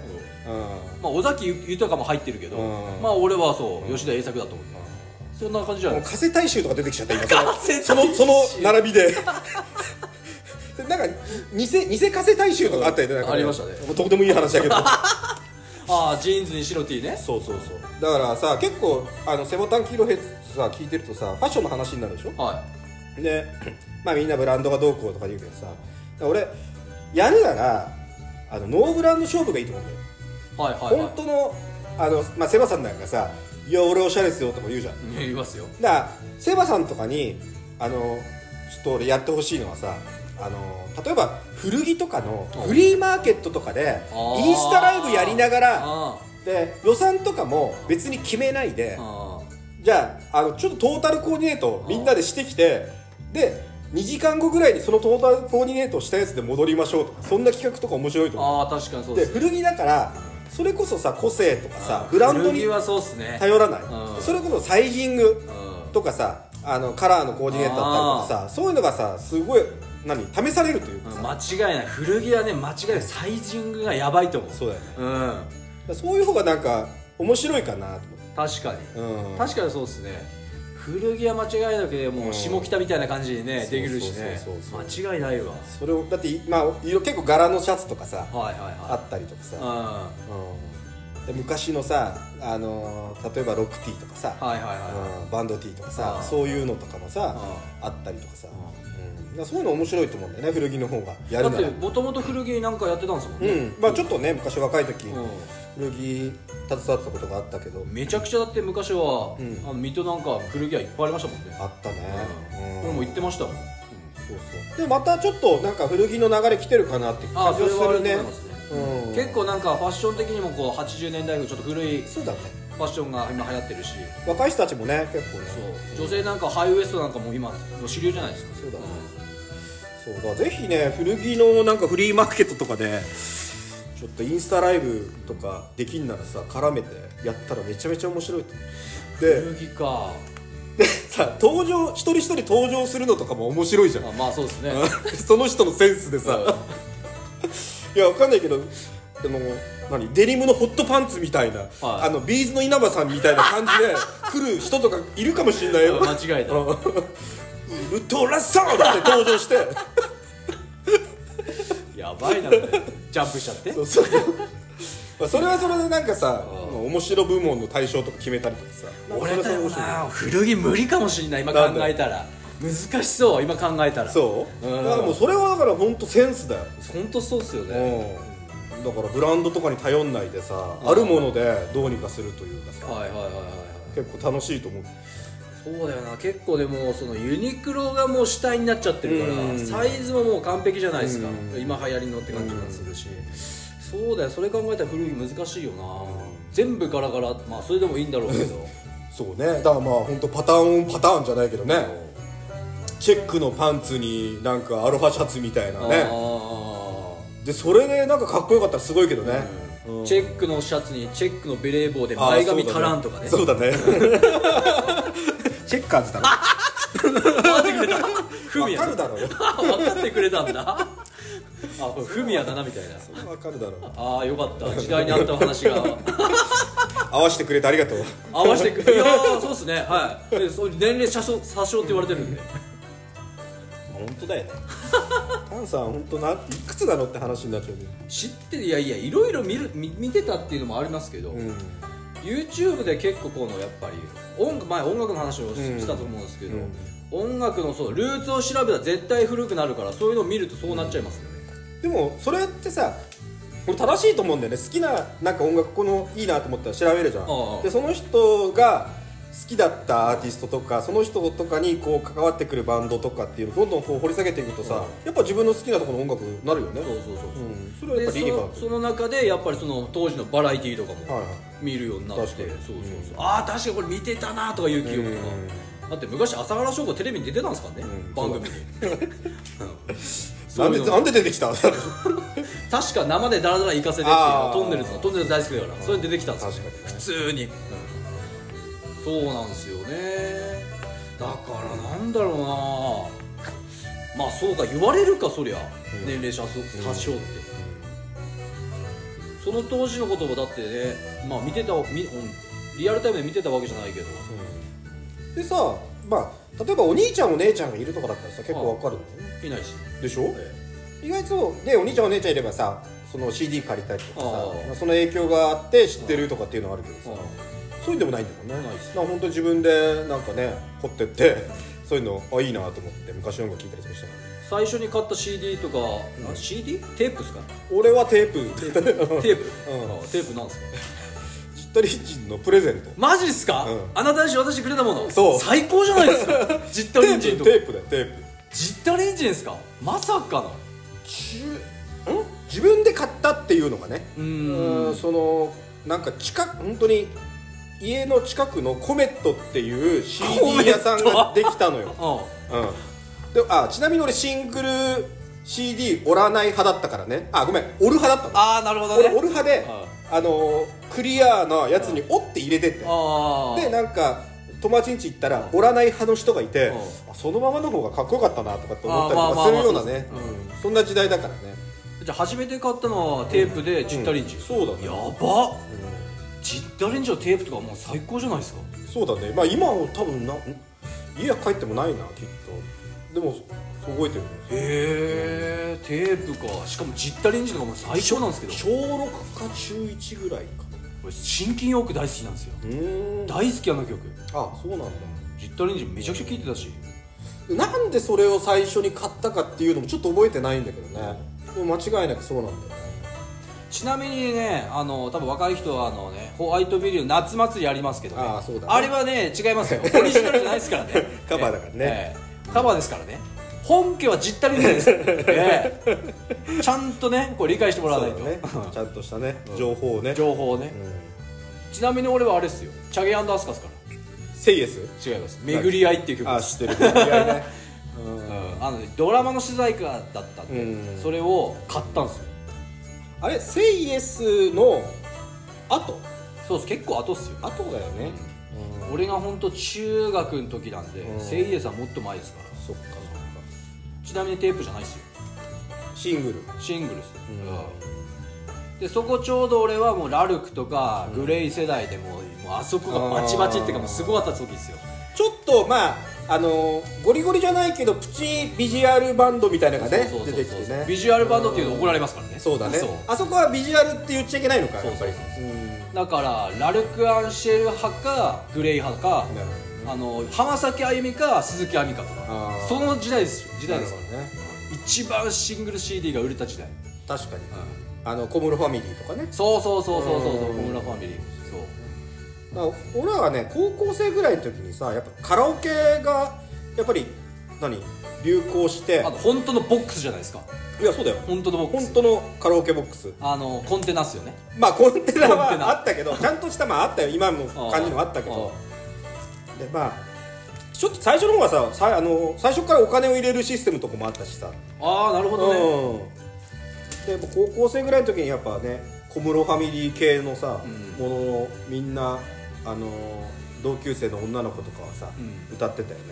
C: う
A: まあ、尾崎豊も入ってるけど、
C: うん
A: まあ俺はそう、吉田栄作だと思う、そんな感じじゃ
C: ん
A: ない
C: も
A: うです
C: 加瀬大衆とか出てきちゃった今
A: [LAUGHS] か
C: そ [LAUGHS] のそのその並びでで [LAUGHS] なんか偽偽加瀬大衆とかあったよね,、なんか
A: ありましたね
C: もうとてもいい話だ
A: [LAUGHS]
C: けど
A: ああジーンズに白 T ね
C: そうそうそうだからさ結構あの背ボタン黄色ヘッズさ聞いてるとさファッションの話になるでしょ
A: は
C: で [CLEARS THROAT] まあみんなブランドがどうこうとか言うけどさ俺やるならあのノーブランド勝負がいいと思うんだよ
A: いはいはいは
C: 本当のあの、まあ、セバさんなんかさ「いや俺おしゃれですよ」とか言うじゃんだか
A: い言いますよ
C: らセバさんとかにあのちょっと俺やってほしいのはさあの例えば古着とかの
A: うん
C: フリーマーケットとかで
A: あー
C: インスタライブやりながら
A: あ
C: で予算とかも別に決めないで
A: ああ
C: じゃああのちょっとトータルコーディネートをみんなでしてきてで2時間後ぐらいにそのトータルコーディネートをしたやつで戻りましょうとかそんな企画とか面白いと思う
A: ああ確かにそう
C: で
A: ですね
C: 古着だからそれこそさ個性とかさ
A: ああ
C: ブランドに
A: 古着はそうっすね
C: 頼らない
A: うん
C: それこそサイジング
A: うん
C: とかさあのカラーのコーディネートだったりとかさそういうのがさすごい何試されるというかさ
A: 間違いない古着はね間違いないサイジングがやばいと思う
C: そうだよねだか
A: うん
C: らそういう方がなんか面白いかなと
A: 確かに、
C: 思って
A: 確かにそうっすね古着は間違いなくても
C: う
A: うん下北みたいな感じにね、
C: そう
A: できるしね
C: そうそうそう
A: 間違いないわ
C: それをだっていまあ色結構柄のシャツとかさ
A: はいはい
C: あ
A: は
C: ったりとかさ
A: いうん
C: うんで昔のさあのー例えばロックティーとかさ
A: はいはいは
C: うんバンドティーとか
A: あ
C: さ
A: あ
C: そういうのとかもさあったりとかさうんだからそういうの面白いと思うんだよね古着の方がや
A: い。だ
C: る
A: っ
C: なら
A: てもともと古着なんかやってたんですもん
C: う
A: ね。
C: んまあちょっとね昔若い時
A: うん
C: 古着携わってたことがあったけど
A: めちゃくちゃだって昔は、
C: うん
A: あの水戸なんか古着屋いっぱいありましたもんね。
C: あったね
A: うん
C: うん
A: 俺も行ってましたもん。
C: そうそうでまたちょっとなんか古着の流れ来てるかなって
A: ああ、
C: 感
A: そ
C: じが
A: れ
C: す
A: はあ
C: る
A: ると
C: ね
A: 思いますね。
C: うん
A: 結構なんかファッション的にもこう80年代のちょっと古いフ
C: そうだね
A: ァッションが今流行ってるし、
C: 若い人たちもね結構ね
A: そう女性なんかハイウエストなんかも今もう主流じゃないですか。
C: そうだねそうだぜひね古着のなんかフリーマーケットとかでちょっとインスタライブとかできんならさ絡めてやったらめちゃめちゃ面白いと思うで
A: 古着か。
C: で [LAUGHS] さ登場一人一人登場するのとかも面白いじゃん
A: あまあそうですね。
C: [LAUGHS] その人のセンスでさ、いやわかんないけどあの何デニムのホットパンツみたいな、あのビーズの稲葉さんみたいな感じで来る人とかいるかもしれないよ
A: うん間違いない。
C: ウルトラサウンドって登場して
A: やばいなこれ。ジャンプしちゃって。
C: そうそうまあそれはそれでなんかさ
A: うん
C: も面白部門の対象とか決めたりとかさ
A: 俺
C: そ
A: だ
C: れは
A: よ
C: それで面白い
A: な古着無理かもしんない今考
C: なんで
A: えたら難しそう今考えたら
C: そう、
A: うん
C: だからもうそれはだから本当センスだよ、
A: 本当そうっすよね
C: うんだからブランドとかに頼んないでさ、あるものでどうにかするというかさ、
A: はいはいはいはいはい
C: 結構楽しいと思う
A: そうだよな結構でもそのユニクロがもう主体になっちゃってるから、
C: うん
A: サイズはもう完璧じゃないですか、
C: うん
A: 今流行りのって感じがするし、そうだよそれ考えたら古着難しいよな、全部ガラガラまあそれでもいいんだろうけど
C: そうねだからまあ本当パターンオンパターンじゃないけどねチェックのパンツになんかアロハシャツみたいな
A: あ
C: ね
A: ー
C: でそれでなんかかっこよかったらすごいけどね、うん
A: チェックのシャツにチェックのベレー帽で
C: あー
A: 前髪足らんとかね
C: そうだねチェッカーズだろ [LAUGHS]
A: フミ
C: 分
A: ヤ
C: かるだろうよ
A: 分かってくれたんだあこれフミヤだなみたいな
C: 分かるだろう
A: ああよかった時代に合った話
C: [LAUGHS]
A: が
C: 合わせてくれてありがとう
A: 合わせてくいやーそうっすねはいでそう年齢詐称詐称って言われてるんで
C: 本当だよねタンさん本当ないくつなのって話になっちゃうね
A: 知ってるいやいやいろいろ見る見見てたっていうのもありますけど、
C: うん
A: YouTube で結構このやっぱり音楽前音楽の話をし,、
C: うん
A: たと思うんですけど、
C: うん
A: 音楽のそうルーツを調べたら絶対古くなるからそういうのを見るとそうなっちゃいますよね、
C: でもそれってさ俺正しいと思うんだよね好きななんか音楽このいいなと思ったら調べるじゃん
A: ああ
C: でその人が好きだったアーティストとかその人とかにこう関わってくるバンドとかっていうのをどんどんこう掘り下げていくとさ、
A: うん
C: やっぱ自分の好きなところの音楽になるよ
A: そ
C: ね
A: うそうそうそう、
C: ん、それはやっぱり
A: で
C: 理
A: そ
C: にか
A: のその中でやっぱりその当時のバラエティーとか
C: はい
A: も
C: はい
A: 見るようになって、
C: 確かに
A: そうそうそう、ああ確かにこれ見てたなとかいう記憶とか、だって昔朝原翔吾テレビに出てたんですからね、
C: うん
A: 番組にうん [LAUGHS] そ
C: な
A: うんい
C: で
A: うの
C: なんで出てきた [LAUGHS] 確か
A: 確か生でダラダラ行かせてっていう
C: あー
A: トンネルズのトンネルズ大好きだからそれに出てきたんですよ
C: にね
A: 普通に、そうなんですよねだからなんだろうなまあそうか言われるかそりゃ、
C: うん
A: 年齢者数多少って、その当時のこともだってねまあ見てたみうんリアルタイムで見てたわけじゃないけど
C: でさまあ例えばお兄ちゃんお姉ちゃんがいるとかだったらさ結構わかるんだよね
A: いないし、
C: でしょ、
A: え
C: 意外とねお兄ちゃんお姉ちゃんいればさその CD 借りたりとかさ
A: ああ
C: まあその影響があって知ってるとかっていうのはあるけ
A: え
C: どさそういうのでもないんだもんね
A: ないっす
C: なんか本当に自分でなんかね [LAUGHS] 掘ってってそういうのあいいなと思って昔の音楽聴いたりとかしたから
A: 最初に買った CD とか、あ CD? テープですか
C: 俺はテ
A: [LAUGHS]
C: ープ
A: テープ、
C: うん
A: あテープなんですか
C: ジッタリッチンのプレゼント
A: マジっすか、
C: うん
A: あなたにし渡してくれたもの
C: そう
A: 最高じゃないです
C: [LAUGHS]
A: かジッタリンジ
C: テ
A: ン
C: ー
A: と
C: プテープだよテープ
A: ジッタリンジンですかまさかの
C: ん自分で買ったっていうのがね
A: う
C: う
A: ーん
C: んそのなんか近く本当に家の近くのコメットっていう CD 屋さんができたのよ
A: う
C: うん、であちなみに俺シングル CD 折らない派だったからねあごめん折る派だったの
A: ああなるほど
C: 俺折
A: ね
C: る派で、あのークリアなやつに折って入れてって
A: ああ
C: でなんか友達ん家行ったら折らない派の人がいて
A: う
C: あそのままの方がかっこよかったなとかって思ったり
A: あーま
C: とか
A: あ
C: す
A: まあ
C: る
A: ま
C: よ
A: あ
C: うなね
A: そうですね
C: うんそんな時代だからね
A: じゃあ初めて買ったのはテープでジッタリンジン、
C: うんそうだね
A: やばっジッタリンジンのテープとかもう最高じゃないですか
C: そうだねまあ今は多分なん家帰ってもないなきっとでもそう覚えてるね
A: へえテープかしかもジッタリンジンとかもう最高なんですけど
C: 小6か中1ぐらいかな
A: 俺新金ヨーク大好きなんですよ
C: うーんあ
A: 大好きあの曲
C: そうなんだ
A: ジッタリンジンめちゃくちゃ聴いてたし
C: なんでそれを最初に買ったかっていうのもちょっと覚えてないんだけどねでも間違いなくそうなんだよね
A: ちなみにねあの多分若い人はあのねホワイトビリュー夏祭りありますけど、ね、
C: あーそうだね
A: あれはね違いますよオリジナルじゃないですからね
C: [LAUGHS] カバーだからね
A: ええカバーですからね本家は実体みたい
C: [LAUGHS]
A: です、ええちゃんとねこれ理解してもらわないと、
C: そうだねちゃんとしたね情報をね
A: 情報をね、
C: うん
A: ちなみに俺はあれですよチャゲアンドアスカスか
C: セイエス
A: ら違います「巡り合い」っていう曲
C: あ
A: です
C: 知ってる巡り合
A: [LAUGHS]
C: いね
A: うんあのねドラマの取材歌だったんで、
C: うん
A: それを買ったんですよ
C: あれセイエスの後
A: そうです結構後っすよ
C: 後だよねうん
A: 俺が本当中学の時なんで、
C: うん
A: セイエスはもっと前ですから
C: そっかそっか
A: ちなみにテープじゃないですよ
C: シングル
A: シングルス、でそこちょうど俺はもうラルクとかグレイ世代でもう,、もうあそこがバチバチっていうかもうすごかった時ですよ
C: ちょっとまああのーゴリゴリじゃないけどプチビジュアルバンドみたいなのがね
A: そうそうそ
C: 出
A: う
C: てき
A: そう
C: てね
A: ビジュアルバンドっていうの怒られますからね
C: そうだね
A: そう
C: あそこはビジュアルって言っちゃいけないのか
A: そう
C: やっぱり
A: そう
C: うん
A: だからラルク・アンシェル派かグレイ派か
C: なる
A: あの浜崎あゆみか鈴木亜美かと
C: あ
A: か
C: ー
A: その時代ですよ時
C: な
A: 代
C: る
A: です
C: ほ
A: か
C: ど
A: ら
C: ね
A: 一番シングル CD が売れた時代、
C: 確かにあの小室ファミリーとかね
A: そうそうそうそうそうそう
C: う
A: 小
C: ん
A: 村ファミリーそう
C: だから俺らはね高校生ぐらいの時にさやっぱカラオケがやっぱり何流行して
A: あと本当のボックスじゃないですか
C: いやそうだよ
A: 本当のボック
C: 本
A: ス
C: 当のカラオケボックス
A: あのコンテナっすよね
C: まあコンテナ
A: コンテナ
C: はあったけどちゃんとしたまああったよ今も感じのはあったけ
A: あーあ
C: どでまあちょっと最初の方はささあの最初からお金を入れるシステムとかもあったしさ
A: ああーなるほどね
C: うん、でも高校生ぐらいの時にやっぱね小室ファミリー系のさ、
A: うん
C: もののみんなあのー同級生の女の子とかはさ、
A: うん
C: 歌ってたよね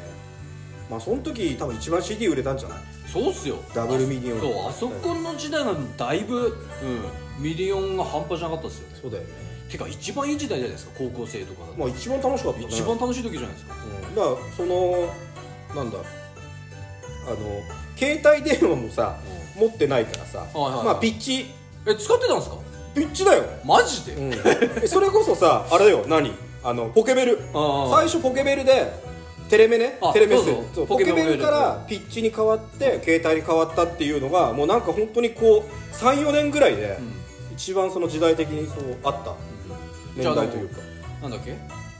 C: まあその時多分一番 CD 売れたんじゃない
A: そうっすよ
C: ダブルミリオン
A: そうあそこの時代なんてだいぶ、うん、ミリオンが半端じゃなかったっすよね
C: そうだよね
A: てか一番いい時代じゃないですか高校生とかだと、
C: まあ一番楽しかったね
A: 一番楽しい時じゃないですか
C: うん、だからそのなんだあの携帯電話もさ、持ってないからさ、
A: いはいはい
C: まあピッチ
A: え使ってたんですか
C: ピッチだよ
A: マジで、
C: [LAUGHS] うん、それこそさあれだよ何あのポケベル
A: ああ
C: 最初ポケベルでテレメね
A: あ
C: テレメス
A: そうそう
C: そう
A: ポ
C: ポ
A: ケ
C: ケ
A: ベル
C: ベルからピッチに変わって携帯に変わったっていうのがもうなんか本当にこう34年ぐらいで一番その時代的にそうあった
A: じゃあ
C: 年代というか
A: なんだっけ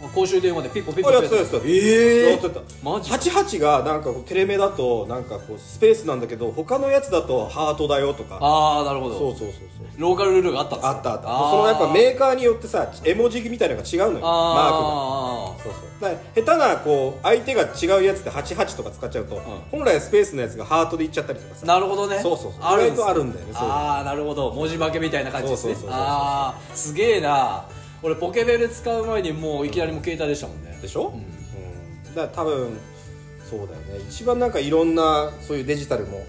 A: あ公衆電話でピッポピッポ
C: あやってたやってた
A: え
C: やってた
A: マジ
C: 88がなんかこうテレメだとなんかこうスペースなんだけど他のやつだとハートだよとか
A: ああなるほど
C: そうそうそうそう
A: ローカルルールがあったんですか
C: あったあった
A: ー
C: そのやっぱメーカーによってさ絵文字みたいなのが違うのよマークが
A: あ
C: そうそうだから下手なこう相手が違うやつで88とか使っちゃうと、本来スペースのやつがハートでいっちゃったりとか
A: ー
C: さ
A: なるほどね
C: そうそうそう
A: ある
C: 意外とあるんだよねそういうの
A: ああなるほど文字負けみたいな感じですね
C: そうそうそうそうそう
A: ああすげえな俺ポケベル使う前にもういきなりもう携帯でしたもんね
C: でしょ、うんだから多分そうだよね一番なんかいろんなそういうデジタルも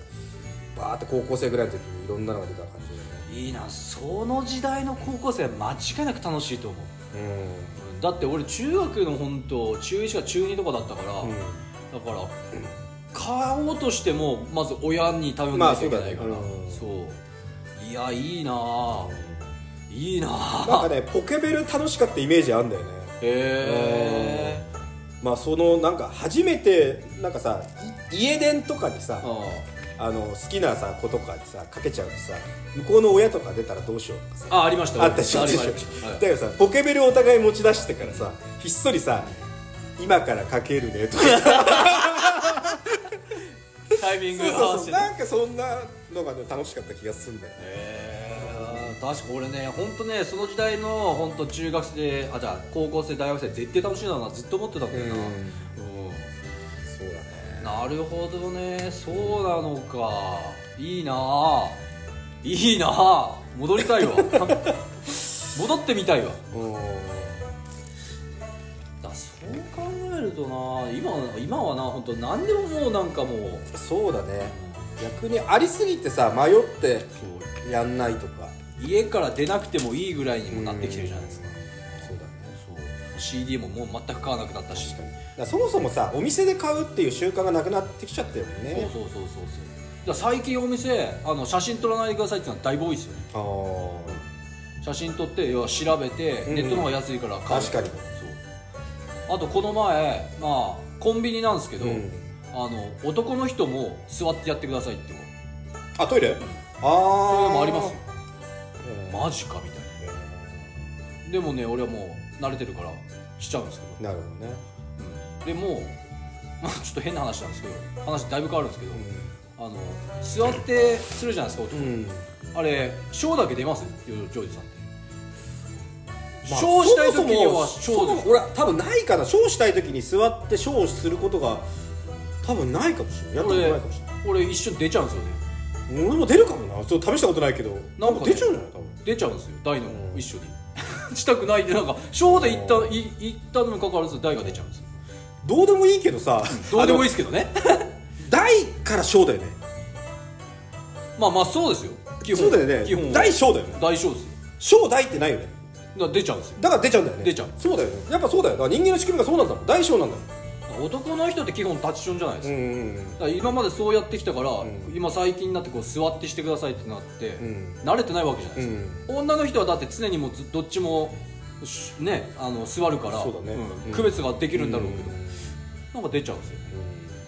C: バーって高校生ぐらいの時にいろんなのが出た感じだよ
A: いいなその時代の高校生は間違いなく楽しいと思う
C: ね
A: うんだって俺中学の本当中1か中2とかだったから、
C: うん、
A: だから買おうとしてもまず親に頼ん
C: ま
A: な
C: あ
A: きゃいけないから、
C: そうだねうん
A: そういやいいなあいいな
C: なん
A: あ
C: かねポケベル楽しかったイメージあんだよね
A: へえ
C: まあそのなんか初めてなんかさい家電とかにさ、あの好きなさ子とかにさかけちゃうとさ向こうの親とか出たらどうしようとかさ
A: あありました
C: あったし
A: あ
C: あ
A: り
C: し
A: まし
C: だ
A: た
C: けどさポケベルをお互い持ち出してからさひっそりさ「今からかけるね」とか言って
A: [LAUGHS] タイミング
C: そう
A: 合
C: そ
A: わ
C: う
A: せ
C: そう
A: て
C: なんかそんなのがね楽しかった気がするんだよね
A: へえ確か俺ね本当ねその時代の本当中学生あじゃあ高校生大学生絶対楽しいだろうなずっと思ってたんだよな、
C: うん
A: うん
C: そうだね
A: なるほどねそうなのかいいなあいいなあ戻りたいわ [LAUGHS] 戻ってみたいわだそう考えるとな今今はな本当何でももうなんかもう
C: そうだね逆にありすぎてさ迷って
A: そう
C: やんないとか
A: 家から出なくてもいいぐらいにもなってきてるじゃないですか
C: そうだね
A: そう CD ももう全く買わなくなったし
C: 確かにだからそもそもさお店で買うっていう習慣がなくなってきちゃったよ
A: そうそう
C: ね
A: そうそうそうだから最近お店あの写真撮らないでくださいっていうのはだいぶ多いですよね
C: ああ
A: 写真撮って要は調べて
C: うん
A: ネットの方が安いから買う、
C: 確かに
A: そうあとこの前まあコンビニなんですけど、
C: うん
A: あの男の人も座ってやってくださいっても
C: あトイレああ
A: そ
C: そう
A: れもありますよ
C: うん
A: マジかみたいなでもね俺はもう慣れてるからしちゃうんですけど、
C: なるほどね、
A: うんでもまあちょっと変な話なんですけど話だいぶ変わるんですけど、あの座ってするじゃないですか男、
C: うん
A: あれ賞だけ出ますジョージさんって
C: まあ
A: 賞、したい時には
C: そも
A: 賞
C: そも
A: です
C: そも俺は多分ないかな賞したい時に座って賞をすることが多分ないかもしれないやったことないかもしれない
A: 俺一瞬出ちゃうんですよね
C: 俺も出るかもなそう試したことないけど
A: な
C: なんん
A: かね
C: か出ちゃうんじゃない多分
A: 出ちゃうんですよ大の
C: うん
A: 一緒に [LAUGHS] したくないってなんかショーで行った
C: う
A: い行ったのにもかかわらず大が出ちゃうんですよ
C: どうでもいいけどさ
A: どうでもいい
C: い
A: ですけどね
C: 大から賞だよね
A: まあまあそうですよ基
C: そうだよね
A: 基本
C: 大賞だよね
A: 大賞ですよ
C: 賞大ってないよね
A: だから出ちゃうんですよ
C: だから出ちゃうんだよね
A: 出ちゃう
C: そうだよねやっぱそうだよだから人間の仕組みがそうなんだもん大賞なんだもん
A: だから男の人って基本立ちションじゃないです
C: うん
A: か,、
C: うんうん
A: だから今までそうやってきたから、
C: ん
A: 今最近になってこう座ってしてくださいってなって、
C: ん
A: 慣れてないわけじゃないですか、女の人はだって常にもうずどっちもしねあの座るから
C: そうだね
A: ん
C: うん
A: 区別ができるんだろうけど、なんか出ちゃうんですよね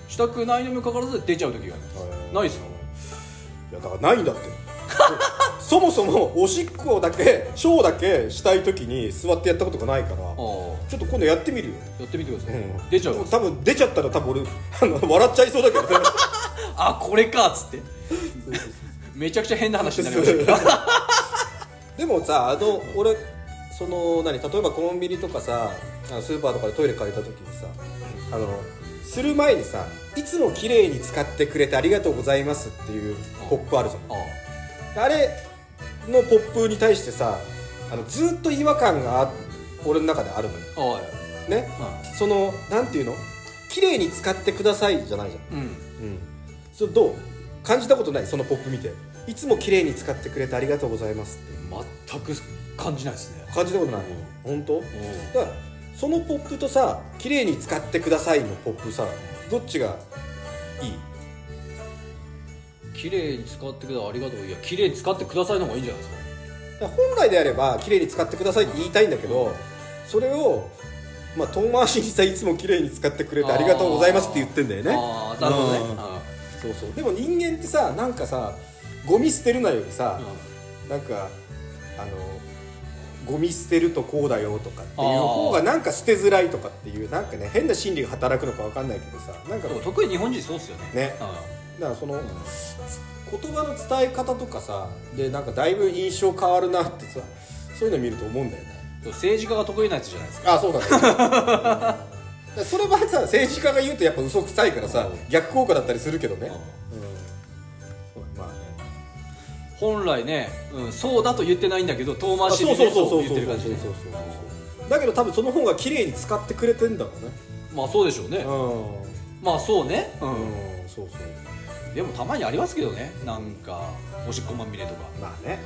A: したくないのにもかかわらず出ちゃう時があります、
C: うん
A: ないっすか
C: いやだからないんだって [LAUGHS] そもそもおしっこだけショーだけしたい時に座ってやったことがないから
A: ああ
C: ちょっと今度やってみるよ、
A: やってみてください、
C: うん
A: 出ちゃう
C: 多分出ちゃったら多分俺 [LAUGHS] あの笑っちゃいそうだけど
A: [LAUGHS]
C: ね
A: あこれかっつってめちゃくちゃ変な話になりましたけど
C: [LAUGHS] でもさあの俺その何例えばコンビニとかさあのスーパーとかでトイレ借りた時にさあのする前にさいつも綺麗に使ってくれてありがとうございますっていうポップあるじゃん
A: あ
C: あれのポップに対してさあのずっと違和感があ俺の中であるのよ
A: ああ
C: ね
A: あは
C: そのなんていうの綺麗に使ってくださいじゃないじゃん
A: いうん
C: うんそれどう感じたことないそのポップ見ていつも綺麗に使ってくれてありがとうございますって
A: 全く感じないですね
C: 感じたことない本当だからそのポップとさ綺麗に使ってくださいのポップさどっちがいい
A: 綺麗に使ってくださいありがとういや綺麗に使ってくださいの方がいいんじゃないですか
C: だから本来であれば綺麗に使ってくださいって言いたいんだけど、それを、まあ、遠回しにさいつも綺麗に使ってくれてありがとうございますって言ってんだよね
A: ああなるほどね
C: うんそうそうでも人間ってさなんかさゴミ捨てるなよりさ、なんかあのゴミ捨てるとこうだよとかっていう方がなんか捨てづらいとかっていうなんかね変な心理が働くのかわかんないけどさなんか
A: うんでも特に日本人そうっすよね
C: ね
A: う
C: だからその言葉の伝え方とかさでなんかだいぶ印象変わるなってさそういうの見ると思うんだよね
A: ん政治家が得意なやつじゃないですか
C: あそうだねだからそれはさ政治家が言うとやっぱ嘘くさいからさ
A: う
C: 逆効果だったりするけどね
A: うん
C: うんまあね
A: 本来ねうんそうだと言ってないんだけど遠回しにねそう言ってる感じね
C: そうそうそうだけど多分その方が綺麗に使ってくれてんだろうね
A: まあそうでしょうね
C: う
A: まあそうね
C: ん
A: う
C: うんそうそうん
A: でもたまにありますけどねなんかおしっこまみれとか
C: まあね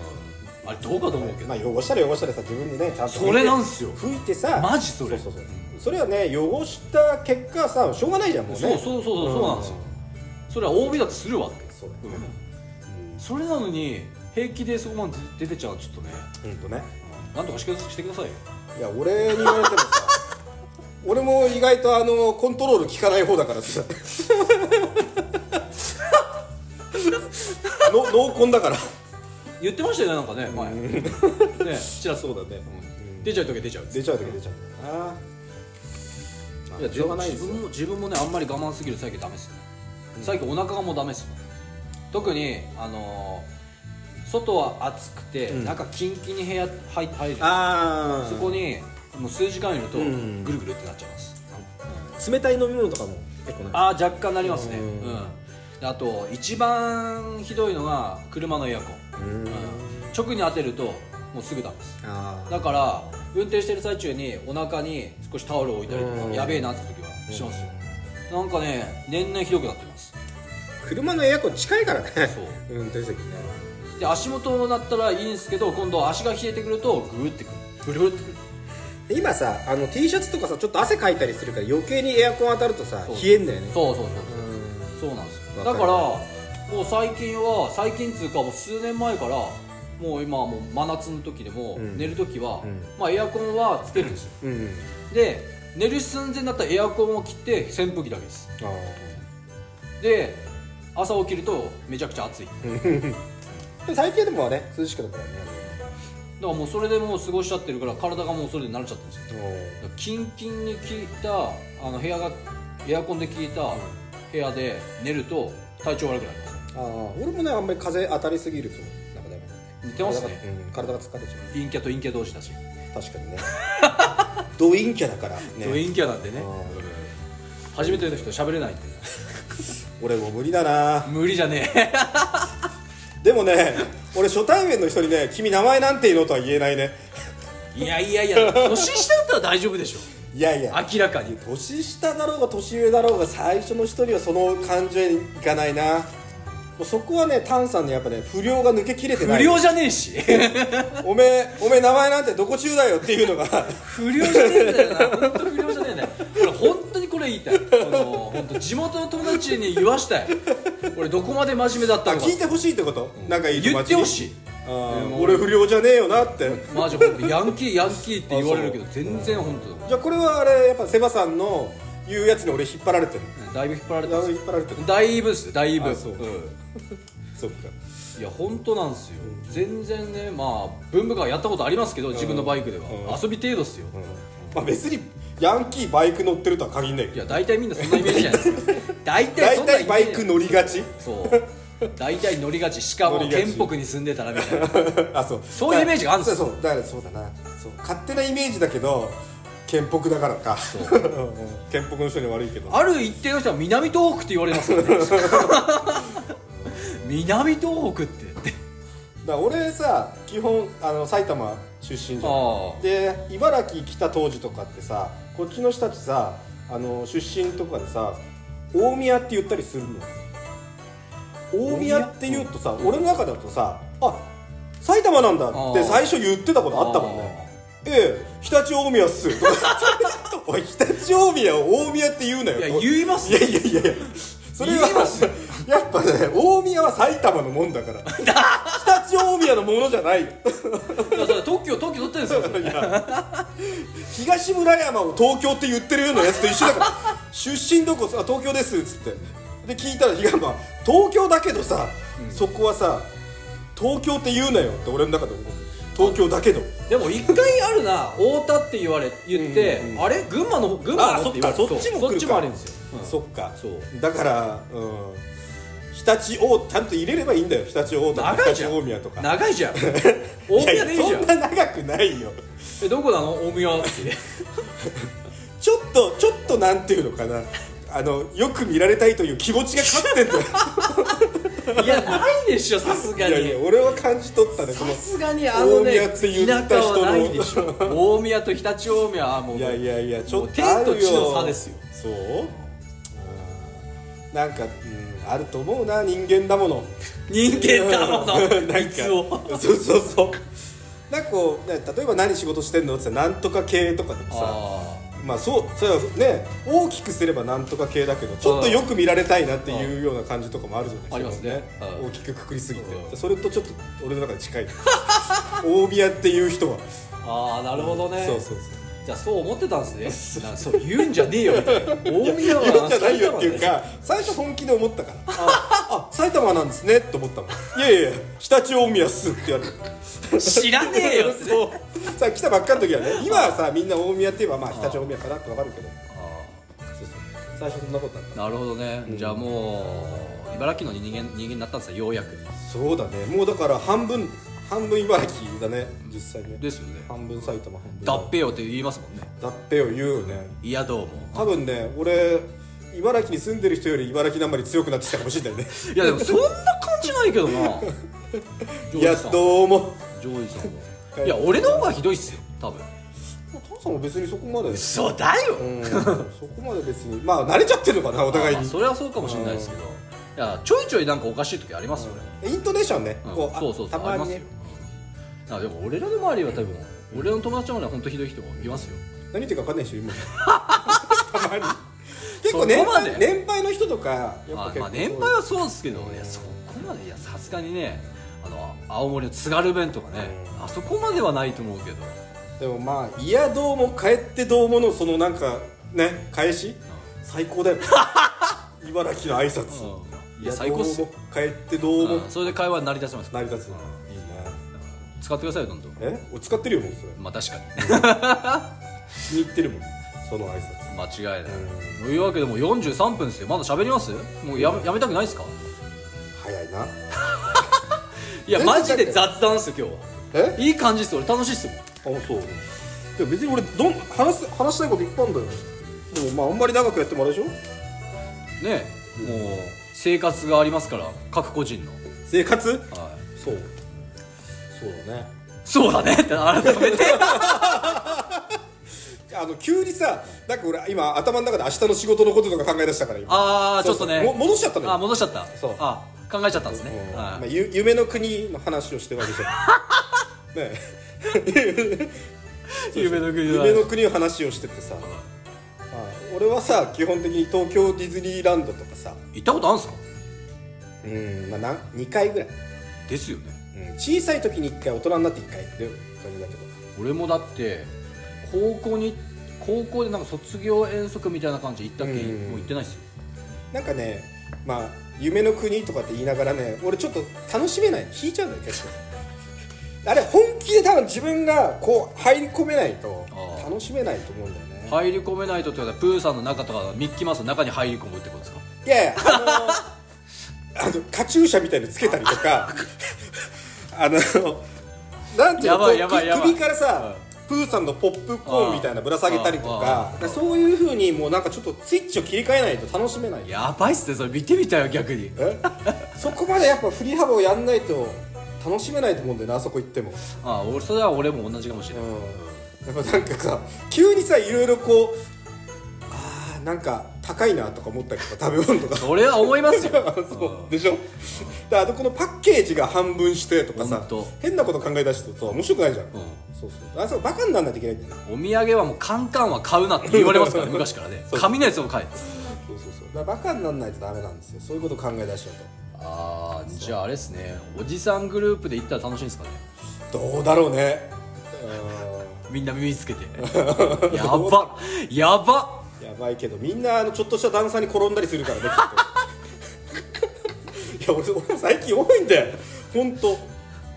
A: あれどうかと思うけど
C: まあ汚したら汚したらさ自分でねちゃんと拭いて
A: それなんすよ
C: 拭いてさ
A: マジそれ
C: そうそうそうそれはね汚した結果さしょうがないじゃんもうね
A: そうそうそうそうそうなんですよそれは OB だってするわけ
C: そうだよね
A: うんそれなのに平気でそこまで出てちゃうちょっとね
C: うんほんとね
A: なんとかしてくだしてくださいよ
C: いや俺に言われてもさ俺も意外とあのコントロール効かない方だからさ [LAUGHS] の濃紺だから
A: 言ってましたよねなんかね前ねちらっと
C: そうだね
A: うん出ちゃう時は出ちゃう
C: 出ちゃう時は出ちゃうんだよな、まあ、しょうがないです
A: 自
C: よ
A: 分も自分もねあんまり我慢すぎると最近ダメっすね、最近お腹がもうダメっすね特にあのー外は暑くて、
C: うん
A: 中キンキンに部屋入入る
C: あ
A: そこにもう数時間いると
C: うん
A: ぐるぐるってなっちゃいます、
C: 冷たい飲み物とかも結構
A: ああ若干なりますねう
C: うん
A: ん、であと一番ひどいのが車のエアコン、
C: うん
A: うん直に当てるともうすぐダメです
C: あー
A: だから運転してる最中にお腹に少しタオルを置いたりと
C: う
A: か
C: ん
A: やべえなって時はしますよなんかね年々ひどくなってます
C: 車のエアコン近いからね
A: そう
C: 運転席ね
A: で足元だったらいいんですけど今度足が冷えてくるとグーってくるブルブルってくる
C: 今さあの T シャツとかさちょっと汗かいたりするから余計にエアコン当たるとさ
A: そう
C: 冷えんだよね
A: そうそうそう
C: うん
A: そうそうなんですよ
C: わ
A: だ
C: か
A: か
C: る
A: らもう最近は最近っつうかもう数年前からもう今はもう真夏の時でも、
C: うん
A: 寝る時は、
C: うん
A: まあ、エアコンはつけるんですよ
C: うん
A: で寝る寸前だったらエアコンを切って扇風機だけです
C: あ
A: で朝起きるとめちゃくちゃ暑いだか
C: あ最近でもね涼しくなったよね
A: らもうそれでもう過ごしちゃってるから体がもうそれで慣れちゃったんですよだからキンキンに効いたあの部屋がエアコンで効いた部屋で寝ると体調悪くなります
C: ああ俺もねあんまり風当たりすぎるとなんかダメだね
A: 似てますね
C: 体がうん体が疲れちゃう
A: 陰キャと陰キャ同士だし、
C: 確か
A: [LAUGHS]
C: にねドインキャだから
A: ド
C: ね
A: 陰キャなんでね
C: あー
A: 初めての人喋れないって
C: 俺も無理だな
A: 無理じゃねえ
C: でもね俺初対面の人にね「君名前なんていうの?」とは言えないね
A: いやいやいや年下だったら大丈夫でしょ
C: いやいや
A: 明らかに
C: 年下だろうが年上だろうが最初の一人はその感情にいかないなもうそこはねタンさんのやっぱね不良が抜けきれてな
A: 不
C: い
A: 良じゃねえし
C: おめえおめえ名前なんてどこ中だよっていうのが
A: 不良じゃねえんだよな本当不良じゃねえんだよ俺本当にこれ言いたいこの本当地元の友達に言わしたい俺どこまで真面目だっ
C: あ
A: たのか
C: 聞いてほしいってこと、なんかいい友
A: 言っ
C: 達
A: て
C: に
A: ほしい
C: あー俺不良じゃねえよなって
A: マジ本当ヤンキーヤンキーって言われるけど全然本当
C: じゃあこれはあれやっぱセバさんの言うやつに俺引っ張られてる
A: だいぶ引っ張られたんです
C: 引っ張られてる
A: よだいぶっすだいぶ
C: あそうんそっか
A: いや本当なんですよ全然ねまあ文部会やったことありますけど自分のバイクでは
C: うん
A: 遊び程度っすよ
C: まあ別にヤンキーバイク乗ってるとは限んない
A: い
C: けど
A: や大体みんなそんなイメージじゃないですか
C: [LAUGHS]
A: 大体そ
C: 大
A: んなイメー
C: 体
A: ジ
C: バイク乗りがち [LAUGHS]
A: そう大体乗りがちしかも
C: 乗りがち
A: 県北に住んでたらみたいな
C: あそう
A: そういうイメージがあるんですよ
C: そうそうだからそうだなそう勝手なイメージだけど県北だからか [LAUGHS] うん県北の人に悪いけど
A: ある一定の人は南東北って言われますからね
C: [LAUGHS]
A: 南東北ってって
C: だから俺さ基本あの埼玉出身じゃ
A: あ
C: んで茨城来た当時とかってさこっちの人たちさあの出身とかでさ大宮って言ったりするの大宮って言うとさ俺の中だとさあ埼玉なんだって最初言ってたことあったもんねええ常陸大宮っす [LAUGHS] おい常陸大宮を大宮って言うなよ
A: いや言います
C: いやいやいやいやそれは
A: 言います
C: やっぱね大宮は埼玉のもんだ
A: [LAUGHS]
C: から常陸大宮のものじゃないよ
A: いやそれ特許特許取ってるんですよそれ
C: いや [LAUGHS] 東村山を東京って言ってるようなやつと一緒だから [LAUGHS] 出身どこあ東京ですっつってで聞いたら東山東京だけどさ、そこはさ東京って言うなよって俺の中で思う東京だけど
A: でも一回あるな太田って言われ言って、
C: うんうん
A: あれ群馬の群馬のって言われ
C: そっちも
A: そうそ
C: 来
A: っ
C: る
A: ち
C: か
A: もあるんですよ、うん
C: そっか
A: そう
C: だからうん常陸大ちゃんと入れればいいんだよ常陸大田
A: 長
C: と常
A: いじゃん
C: 陸大宮とか
A: 長い
C: [LAUGHS]
A: じゃん大宮でいいじゃん
C: やそんな長くないよ
A: えどこなの大宮って
C: ちょっとちょっとなんていうのかなあのよく見られたいという気持ちが勝ってんだよ
A: いやないでしょさすが
C: いやい
A: に
C: や俺は感じ取ったねこ
A: さ
C: の
A: すがにあのね
C: 大宮って言った人
A: 田舎
C: の
A: はないで
C: [LAUGHS]
A: しょ大宮と常陸大宮はもう
C: いやいやいやちょっと
A: も
C: あ
A: う天と
C: るよ
A: 地の差ですよ
C: そううんなんか、うん、あると思うな人間だもの
A: 人間だもの
C: うん [LAUGHS] なん
A: いつを
C: かそうそうそうなんかこうね例えば何仕事してんのって言ったらなんとか系とかでもさ
A: あ
C: まあそうそれはね大きくすればなんとか系だけどちょっとよく見られたいなっていうような感じとかもあるじゃないですか
A: ありますねうん
C: 大きくくくりすぎて
A: うん
C: それとちょっと俺の中で近い大宮っていう人は
A: ーあーなるほどね
C: そうそうそう
A: じゃあそう思ってたんですねなんかそう言うんじゃねえよみたいな大宮は
C: [LAUGHS] 言うんじゃないよってい
A: 埼玉だね
C: うか最初本気で思ったからああ埼玉なんですねって思ったもんいやいやいや常陸大宮っすって言われて
A: 知らねえよって
C: そうさ来たばっかの時はね今はさみんな大宮って言えばまあ常陸大宮かなってわかるけどそうそう最初そんなことあっ
A: なるほどね、じゃあもう茨城の人間人間になったんですよようやく
C: たそうだねもうだから半分半分茨城だね実際ね
A: ですよね
C: 半分埼玉半分
A: 脱平よって言いますもんね
C: だっぺを言うよね
A: いやどうも
C: 多分ね俺茨城に住んでる人より茨城なまり強くなってきたかも
A: [LAUGHS]
C: しれないね
A: いやでもそんな感じないけど
C: [LAUGHS]
A: な
C: いや
A: さん
C: どうも
A: ジョージさんもいや俺の方がひどいっすよ多分
C: まあ父さんも別にそこまで
A: そうだよ、
C: うんそこまで別にまあ慣れちゃってるのかなお互い
A: まあ
C: に
A: それはそうかもしれないですけどいやちょいちょいなんかおかしい時ありますよ、
C: イントネーションね
A: 俺
C: こ
A: うん
C: あ
A: そうそうそ
C: た
A: うあ
C: ま
A: りま
C: に
A: すよ
C: ね、
A: うんあでも俺らの周りは多分俺の友達もね本当ひどい人もいますよ
C: 何言ってるか分かんないでしょ
A: [LAUGHS]
C: 今たまに結構年
A: そこま
C: 配
A: で
C: 年配の人とかやっぱ
A: まあ
C: 結構
A: まあ年配はそうですけどいやそこまでいやさすがにねあの青森の津軽弁とかねあそこまではないと思うけど
C: でもまあ「いやどうも帰ってどうも」のそのなんかね返し最高
A: [LAUGHS]
C: だよ茨城の挨拶
A: うんいや最高っす
C: どう
A: よ
C: も帰ってどうも
A: うんそれで会話成り立ちます
C: 成り立つ
A: うん
C: いいね
A: 使ってくださいよどんどん
C: え俺使ってるよもうそれ
A: まあ確か
C: 気に入ってるもんその挨拶
A: に間違いないというわけでもう43分ですよまだ喋りますもうやめやめたくないですか
C: 早いない
A: やマジで雑談っすよ今日は
C: え
A: いい感じっすよ俺楽しいっすもん
C: あそうでも別に俺どん話す話したいこといっぱいあるんだよでもまああんまり長くやってもあれでしょ
A: ねもう生活がありますから各個人の、
C: 生活
A: はい
C: そうそうだね
A: そうだねって改め
C: [LAUGHS]
A: て
C: あの急にさなんか俺今頭の中で明日の仕事のこととか考え出したから今
A: ああち
C: そ
A: ょ
C: う
A: っ
C: そ
A: と
C: う
A: ね
C: も戻しちゃったのよ
A: あ戻しちゃった
C: そう
A: あ考えちゃったんですね
C: うん
A: は
C: まあ、
A: い
C: ゆ夢の国の話をしてるわけじゃん
A: [LAUGHS]
C: ねえ
A: 夢の国だ
C: 夢の国の話をしててさはい俺はさ基本的に東京ディズニーランドとかさ
A: 行ったことあるんですか
C: うんまあなん2回ぐらい、
A: ですよね
C: うん、小さい時に1回大人になって1回って感じだけど
A: 俺もだって高校に高校でなんか卒業遠足みたいな感じで行ったっけ
C: うん
A: もう行ってないっすよ
C: なんかねまあ夢の国とかって言いながらね俺ちょっと楽しめない引いちゃうのよ
A: [LAUGHS]
C: 結構あれ本気で多分自分がこう入り込めないと
A: ああ
C: 楽しめないと思うんだよね
A: 入り込めないとってことはプーさんの中とかミッキーマウスの中に入り込むってことですか
C: いやいやあのあのカチューシャみたいのつけたり
A: [LAUGHS]
C: とかあのなんていう
A: や
C: の
A: ばいやばい
C: こう
A: やばい
C: 首からさ、プーさんのポップコーンみたいなぶら下げたりとか
A: ああ
C: そういうふうにもうなんかちょっとスイッチを切り替えないと楽しめない
A: やばいっすねそれ見てみたいよ逆に
C: えそこまでやっぱ振り幅をやんないと楽しめないと思うんだよなあそこ行っても、
A: [LAUGHS] ああ俺それは俺も同じかもしれない、
C: うん、やっぱなんかさ急にさいろいろこうあーなんか高いなとか思ったりとか食べ物とか
A: それは思いますよ
C: そうでしょだからあとこのパッケージが半分してとか
A: ほ
C: さ
A: んと
C: 変なこと考え出してと面白くないじゃん、
A: うん
C: そうそうあそこバカにならないといけないんだよな
A: お土産はもうカンカンは買うなって言われ [LAUGHS] ますからね昔からね
C: そう
A: 紙のやつも買えって
C: そうそうそうだからバカにならないとダメなんですよそういうこと考え出しちゃう
A: ああじゃああれですねおじさんグループで行ったら楽しいんですかね
C: とどうだろうねうん
A: みんな耳つ [LAUGHS] けてやばやば
C: やばいけどみんなあのちょっとした段差に転んだりするからねき
A: [LAUGHS]
C: っといや俺俺最近多いんだよ本当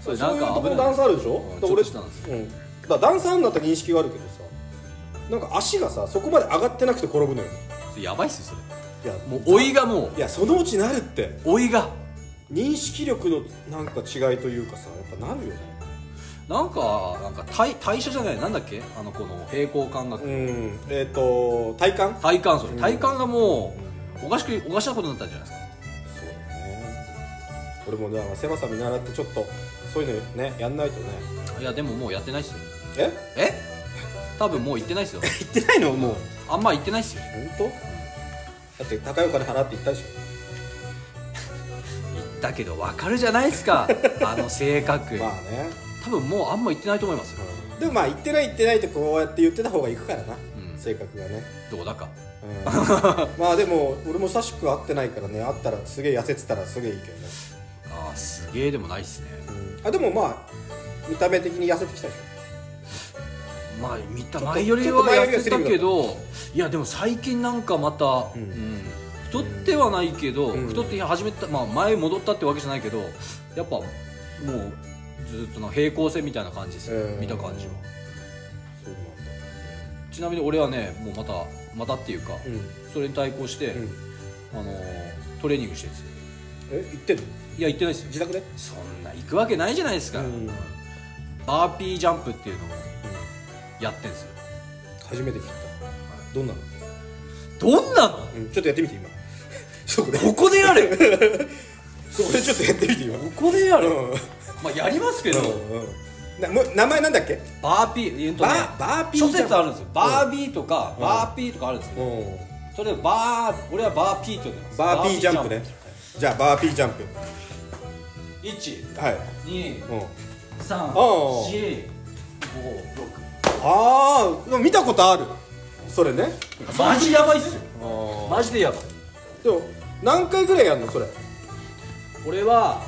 A: それなんか
C: そういうとこ
A: 危ない
C: ろ段差あるでしょ、
A: うん
C: だから
A: ちょっとしたんです
C: 俺、うん、だから段差あんだったら認識があるけどさなんか足がさそこまで上がってなくて転ぶのよ
A: それやばいっすよ
C: いや
A: それもう老いがもう
C: いやそのうちなるって
A: 老いが
C: 認識力のなんか違いというかさやっぱなるよね
A: なんかなんか代代謝じゃないなんだっけあのこの平行感覚、
C: うんえっ、と体感
A: 体感それ
C: うん
A: 体感がもうおかしくおかしなことになったんじゃないですか
C: そうだね俺もだから狭さ見習ってちょっとそういうのねやんないとね
A: いやでももうやってないっすよ
C: え
A: え多分もう行ってないっ [LAUGHS] すよ
C: 行ってないのもう
A: あんま行ってないっすよ
C: 本当だって高いお金払って行ったでし
A: 行ったけど分かるじゃないですか [LAUGHS] あの性格、
C: ょまあね、
A: 多分もうあんま行ってないと思いますよ
C: でもまあ行ってない行ってないってこうやって言ってた方が行くからな、
A: うん
C: 性格がね、
A: どうだか
C: うん、 [LAUGHS] まあでも俺も久しく会ってないからね会ったらすげえ痩せてたらすげえいいけどね、
A: ああすげえでもないっすね
C: うん、あでもまあ見た目的に痩せてきたでし
A: まあ見た
C: ちょっと
A: 前より
C: ちょっ
A: は
C: と前より
A: 痩
C: は
A: せた
C: スリムだ
A: けどいやでも最近なんかまた、うんん太ってはないけど、
C: うん
A: 太って始めた、まあ、前戻ったってわけじゃないけどやっぱもうずっとの平行線みたいな感じですよ、
C: うん
A: 見た感じは
C: ょそう
A: ちなみに俺はねもうまたまたっていうか、
C: なんだ
A: それに対抗して、
C: うん、うん、
A: あのートレーニングしてるんですよ
C: え行ってんの
A: いや行ってないですよ
C: 自宅で
A: そんな行くわけないじゃないですか、
C: うん
A: バーピージャンプっていうのをやってんですよ
C: 初めて聞いたどんなの、
A: どんなの
C: うん、ちょっとやってみて今 [LAUGHS] そこで
A: ここでやれ
C: [LAUGHS] そこでちょっとやってみて今
A: ここでやれ、
C: うん
A: まあやりますけど、
C: うんうんなもう名前なんだっけ
A: バーピー、えっとね
C: バーバーピー
A: 諸
C: じゃん
A: 説あるんですよバービーとか、
C: ん
A: バーピーとかあるんですよ、
C: うん
A: それでバー俺はバーピーと呼んでます
C: バーピージャンプねじゃあバーピージャンプはい、
A: 12345
C: うん、ああ見たことあるそれね
A: マジやばいっすよ
C: あー
A: マジでやばい
C: でも何回ぐらいやるのそれ
A: 俺は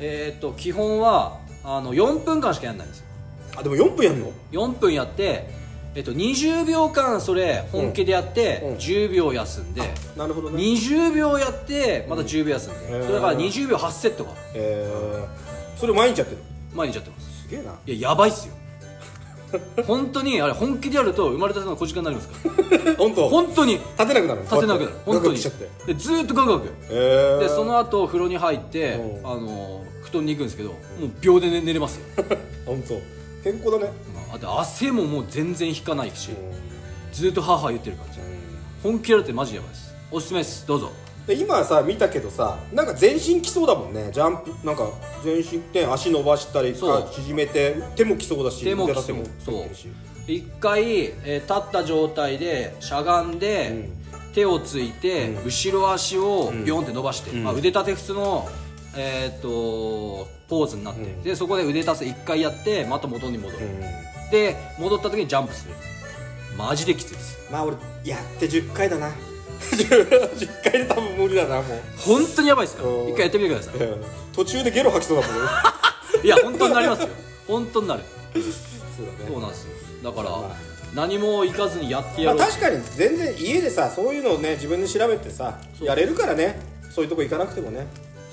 A: えーっと基本はあの4分間しかやんないんですよ
C: あでも4分やんの
A: 4分やってえっと20秒間それ本気でやって、
C: うんうん
A: 10秒休んで、
C: なるほどね
A: 20秒やってまた10秒休んで、
C: うん
A: それだから20秒8セットが
C: えー、それ毎日やってる
A: 毎日やってます
C: すげえない
A: ややばいっすよ [LAUGHS] 本当にあれ本気でやると生まれたての小鹿になりますから
C: 本当
A: 本当に
C: 立てなくなるの
A: 立てなくなる
C: こう
A: 本
C: や
A: 当
C: ってガクガ
A: に
C: クしちゃっ
A: で
C: て
A: ずーっとガクガク
C: えー、
A: でその後風呂に入って、
C: うん
A: あのー布団に行くんですけどもう秒で寝寝れますよ、
C: 本当健康だね
A: うんあと汗ももう全然引かないし、
C: うん
A: ずーっとハーハー言ってる感じ本気でやるってマジでやばいですおすすめですどうぞ
C: で今さ見たけどさなんか全身きそうだもんねジャンプなんか全身って足伸ばしたり
A: そう
C: か縮めて手もきそうだし
A: 手も
C: 腕
A: き
C: 立
A: そ
C: て
A: う
C: 入っ
A: そ
C: て
A: う
C: るし
A: 一回、えー立った状態でしゃがんで、手をついて、後ろ足をビョンって伸ばして、まあ、腕立て普通の、えーっとポーズになって、でそこで腕立て一回やってまた元に戻る、
C: うん
A: で戻った時にジャンプするマジできついです
C: まあ俺やって10回だな [LAUGHS] 10回で多分無理だなもう
A: 本当にやばいですから
C: うん
A: 一回やってみてくださ
C: うん途中でゲロ吐きそうだもん俺
A: いいや本当になりますよ本当になる
C: そうだね
A: そうなんですよだから
C: まあ
A: 何も行かずにやって
C: ま
A: や
C: あ、
A: ろう
C: 確かに全然家でさそういうのをね自分で調べてさ
A: そう
C: やれるからねそういうとこ行かなくてもね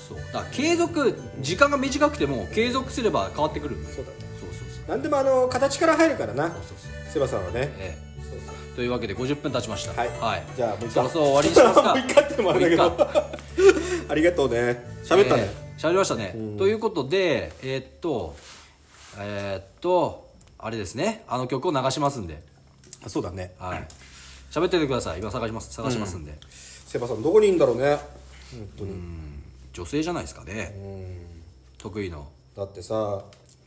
A: そうだから継続時間が短くても継続すれば変わってくるんで
C: そうだね
A: そうそうそう
C: 何でもあの形から入るからな
A: そうそうそう
C: セバさんはね
A: ええ
C: そうそう
A: というわけで50分経ちました
C: はいじゃあもう一
A: そろ
C: 回
A: そろ終わりにしますか
C: [LAUGHS] もう一回ってのもあれだ
A: もう
C: け
A: 一
C: ど [LAUGHS] ありがとうね喋ったね、
A: えー喋りましたね、ということでえーっとえーっとあれですねあの曲を流しますんで
C: あそうだね
A: はい喋っててください今探します探しますんで、
C: セバさんどこにいるんだろうね本当に、
A: 女性じゃないですかね、得意の
C: だってさ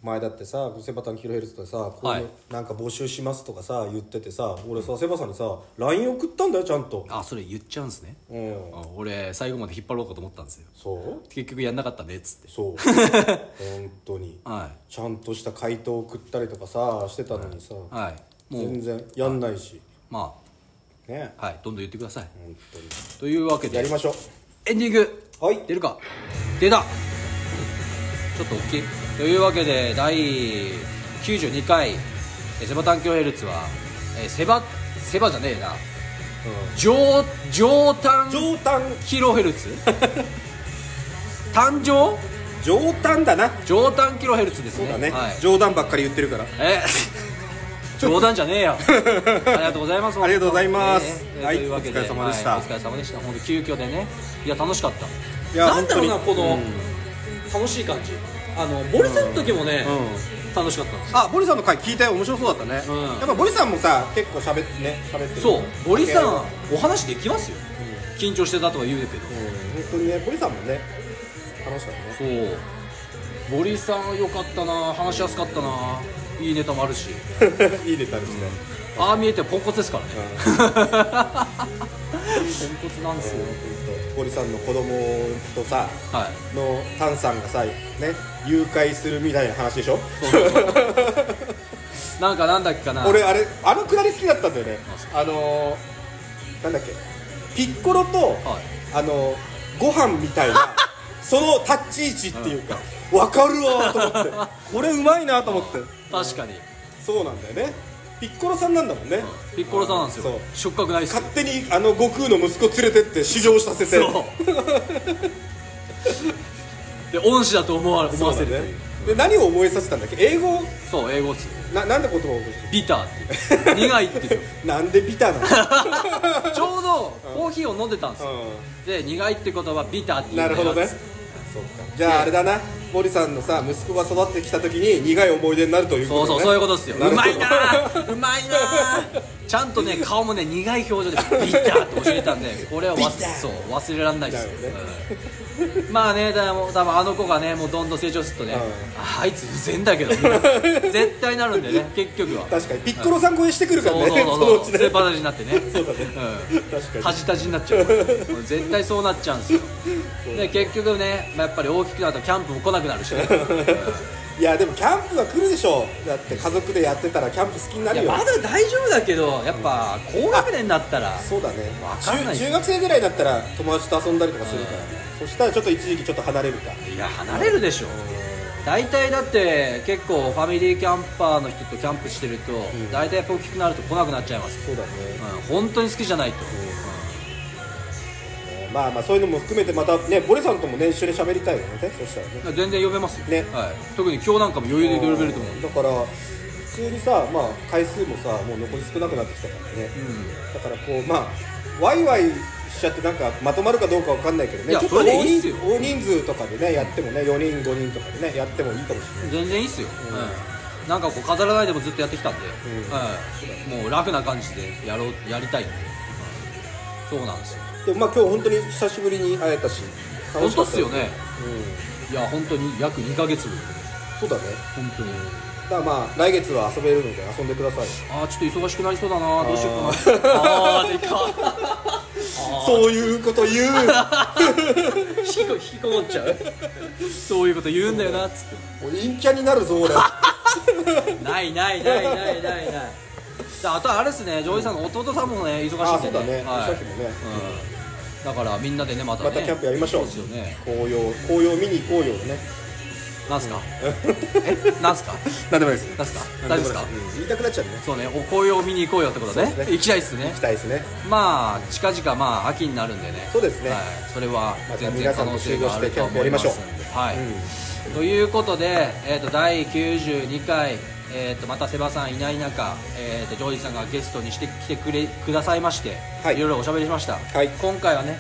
C: 前だってさセバタンキロヘルツでさこう
A: はい
C: いうなんか募集しますとかさ言っててさ俺さセバさんにさ LINE 送ったんだよちゃんと
A: あそれ言っちゃうんですね、
C: うん
A: あ俺最後まで引っ張ろうかと思ったんですよ
C: そう
A: 結局やんなかったねっつって [LAUGHS]
C: そう本当に
A: は
C: ちゃんとした回答を送ったりとかさしてたのにさ、
A: いはいもう
C: 全然やんないし
A: ま
C: ね
A: あはいどんどん言ってください
C: 本当に
A: というわけで
C: やりましょ
A: エンディング
C: うはい
A: 出るか出たちょっと大きいというわけで第92回えーセバタンキロヘルツはえーセバセバじゃねえな上上タン
C: 上端
A: キロヘル
C: [LAUGHS]
A: ツ誕生
C: 上端だな
A: 上タンキロヘルツです
C: そ
A: ね
C: うだね、
A: はい、
C: 冗談ばっかり言ってるから
A: え冗談じゃねえ
C: [LAUGHS]
A: よありがとうございます
C: ありがとうございます
A: えーえー
C: はい
A: というわけで
C: お疲れ様でした
A: はいお疲れ様でした本当急遽でねいや楽しかった
C: いや
A: なんだろうな
C: 本当
A: こ
C: に
A: の、楽しい感じあのボルさんの時もね、楽しかったんです
C: あボリさんの回聞いたよ面白そうだったね、
A: うん
C: やっぱボリさんもさ結構喋ってね喋ってる
A: そうボリさん
C: うん、
A: お話できますよ、緊張してたとは言うけど、
C: 本当にねボリさんもね楽しかったね
A: そうボリさんよかったな話しやすかったないいネタもあるし [LAUGHS]
C: いいネタですね、
A: ああ見えてポンコツですからね、 [LAUGHS] ポンコツなんですよ、
C: ボリさんの子供とさ
A: はい
C: のタンさんがさね誘拐するみたいな話でしょ
A: そうそうそうなんかなんだっけかな
C: 俺あれあのくだり好きだったんだよね
A: あそ
C: あのーなんだっけピッコロと、
A: はい
C: あのーご飯みた
A: [LAUGHS]
C: いなその立ち位置っていうか、わかるわーと思
A: [LAUGHS]
C: ってこれうまいなと思って
A: 確かに、
C: そうなんだよねピッコロさんなんだもんね、
A: ピッコロさんなんです
C: そう
A: よ触覚ないっすよ
C: 勝手にあの悟空の息子連れてって修行させて
A: そうで恩師だと思わ思
C: そ
A: わ
C: う
A: せる
C: だ
A: と
C: ね
A: いう
C: で何を覚えさせたんだっけ英語
A: そう,、英語っす
C: ななんで言葉を覚え
A: ビターっていう苦いっていう
C: た [LAUGHS] なんでビター
A: [LAUGHS]
C: なの
A: ちょうどコーヒーを飲んでたんですよ、
C: うん
A: で苦いって言葉ビターっていう
C: なるほどね
A: やつ
C: そっかじゃああれだな森さんのさ息子が育ってきた時に苦い思い出になるという
A: そ
C: こ
A: う
C: と
A: そう
C: ね
A: そういうことですよ
C: な
A: う
C: るほ
A: ま
C: ど
A: いなーうまいなーちゃんとね顔もね苦い表情でビターって教えたんでこれは忘
C: ビター
A: そう忘れられないですよ、
C: だよね
A: うんまあねだもう多分あの子がねもうどんどん成長するとね、
C: うん
A: ああいつうぜんだけ
C: [LAUGHS]
A: ど、絶対なるんでね結局は
C: 確かにピッコロさん超えしてくるから
A: そう
C: ね
A: そう
C: そ
A: そ
C: の
A: うそ
C: うち
A: う
C: ね
A: スーパージになってね
C: そうだね
A: うん
C: 確かに
A: タジタジになっちゃう絶対そうなっちゃうんですよで結局ね、まあ、やっぱり大きくなるとキャンプも来なくなるし
C: [LAUGHS]
A: ね
C: いやでもキャンプは来るでしょだって家族でやってたらキャンプ好きにない
A: や
C: るよ
A: まだ大丈夫だけどやっぱ高学年になったら
C: そうだね
A: わかんない
C: 中中学生ぐらいだったら友達と遊んだりとかするからねそしたらちょっと一時期ちょっと離れるか
A: いや離れるでしょ大体だって結構ファミリーキャンパーの人とキャンプしてると、大体やっぱ大きくなると来なくなっちゃいます、
C: そうだね
A: うん、本当に好きじゃないと、
C: えーまあまあそういうのも含めてまたねボレさんともね一緒に喋りたいよねそしたらね
A: 全然呼べますよ、
C: ね
A: はい、特に今日なんかも余裕で呼べると思う
C: だから普通にさまあ回数もさもう残り少なくなってきたからね、だからこうまあワイワイしちゃってなんかまとまるかどうかわかんないけどね
A: いや
C: ちょっ
A: そ
C: と
A: れで
C: 大
A: いいっ
C: 人
A: すよ
C: 大人数とかでねやってもね4人5人とかでねやってもいいかもしれない
A: 全然いいっすよ、うん、なんかこう飾らないでもずっとやってきたんで、うんもう楽な感じでやろうやりたいんで、そうなんですよ
C: でもまあ今日本当に久しぶりに会えたし楽
A: 本
C: し
A: 当
C: か
A: っ
C: った
A: すよね
C: うん
A: いや本当に約2ヶ月ぶり
C: そうだね
A: 本当に
C: だからまあ来月は遊べるので遊んでください
A: ああちょっと忙しくなりそうだなどうしようかな [LAUGHS] あーでか
C: そういうこと言 [LAUGHS] う
A: 引きこ引きこもっちゃうそういうこと言うんだよなっつっ
C: もう陰キャになるぞ俺
A: てないないないないないないであとはあれですね上位さんの弟さんもね忙しいんで、ね、
C: あそうだね、
A: はい
C: さっきもね、
A: うん、だからみんなでねまたね
C: またキャンプやりましょう
A: そうですよね
C: 紅葉紅葉見に行こうよね
A: なんすかえなんすか
C: なんでもないです
A: なんすか大丈夫ですか
C: うん言いたくなっちゃうね
A: そうねお紅葉を見に行こうよってことね
C: そうですね
A: 行きたいっすね
C: 行きたいですね
A: まあ近々まあ秋になるんでね
C: そうですね
A: はい、それは
C: また
A: 全然
C: 皆
A: 可
C: さん
A: 能
C: と
A: 性があると思いますんで、はい、
C: うん
A: ということで、えー、と第92回、えー、とまたセバさんいない中、えー、とジョージさんがゲストにして来てくれくださいまして、
C: はい
A: いろいろおしゃべりしました、
C: はい
A: 今回はね、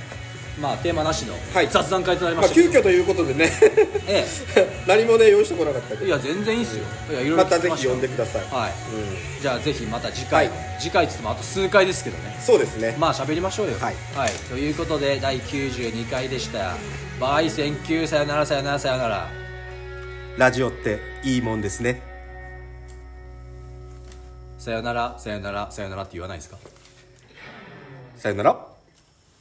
A: まあ、テーマなしの
C: はい
A: 雑談会となりま
C: まあ
A: したけ
C: 急
A: ど、
C: 遽ということでね [LAUGHS]
A: え
C: 何もね用意してこなかったけ
A: え
C: ど
A: いや全然いいっすよ、いやいろいろ
C: またぜ
A: 聞き
C: ひ
A: まし
C: 呼んでください、
A: はい
C: うん、
A: じゃあぜひまた次回、
C: はい
A: 次回っつってもあと数回ですけどね
C: そうですね
A: まあ喋りましょうよ
C: はい、
A: ということで第92回でしたバイセンキューさよならさよならさよなら
C: ラジオっていいもんですね
A: さよならさよならさよならって言わないですか
C: さよなら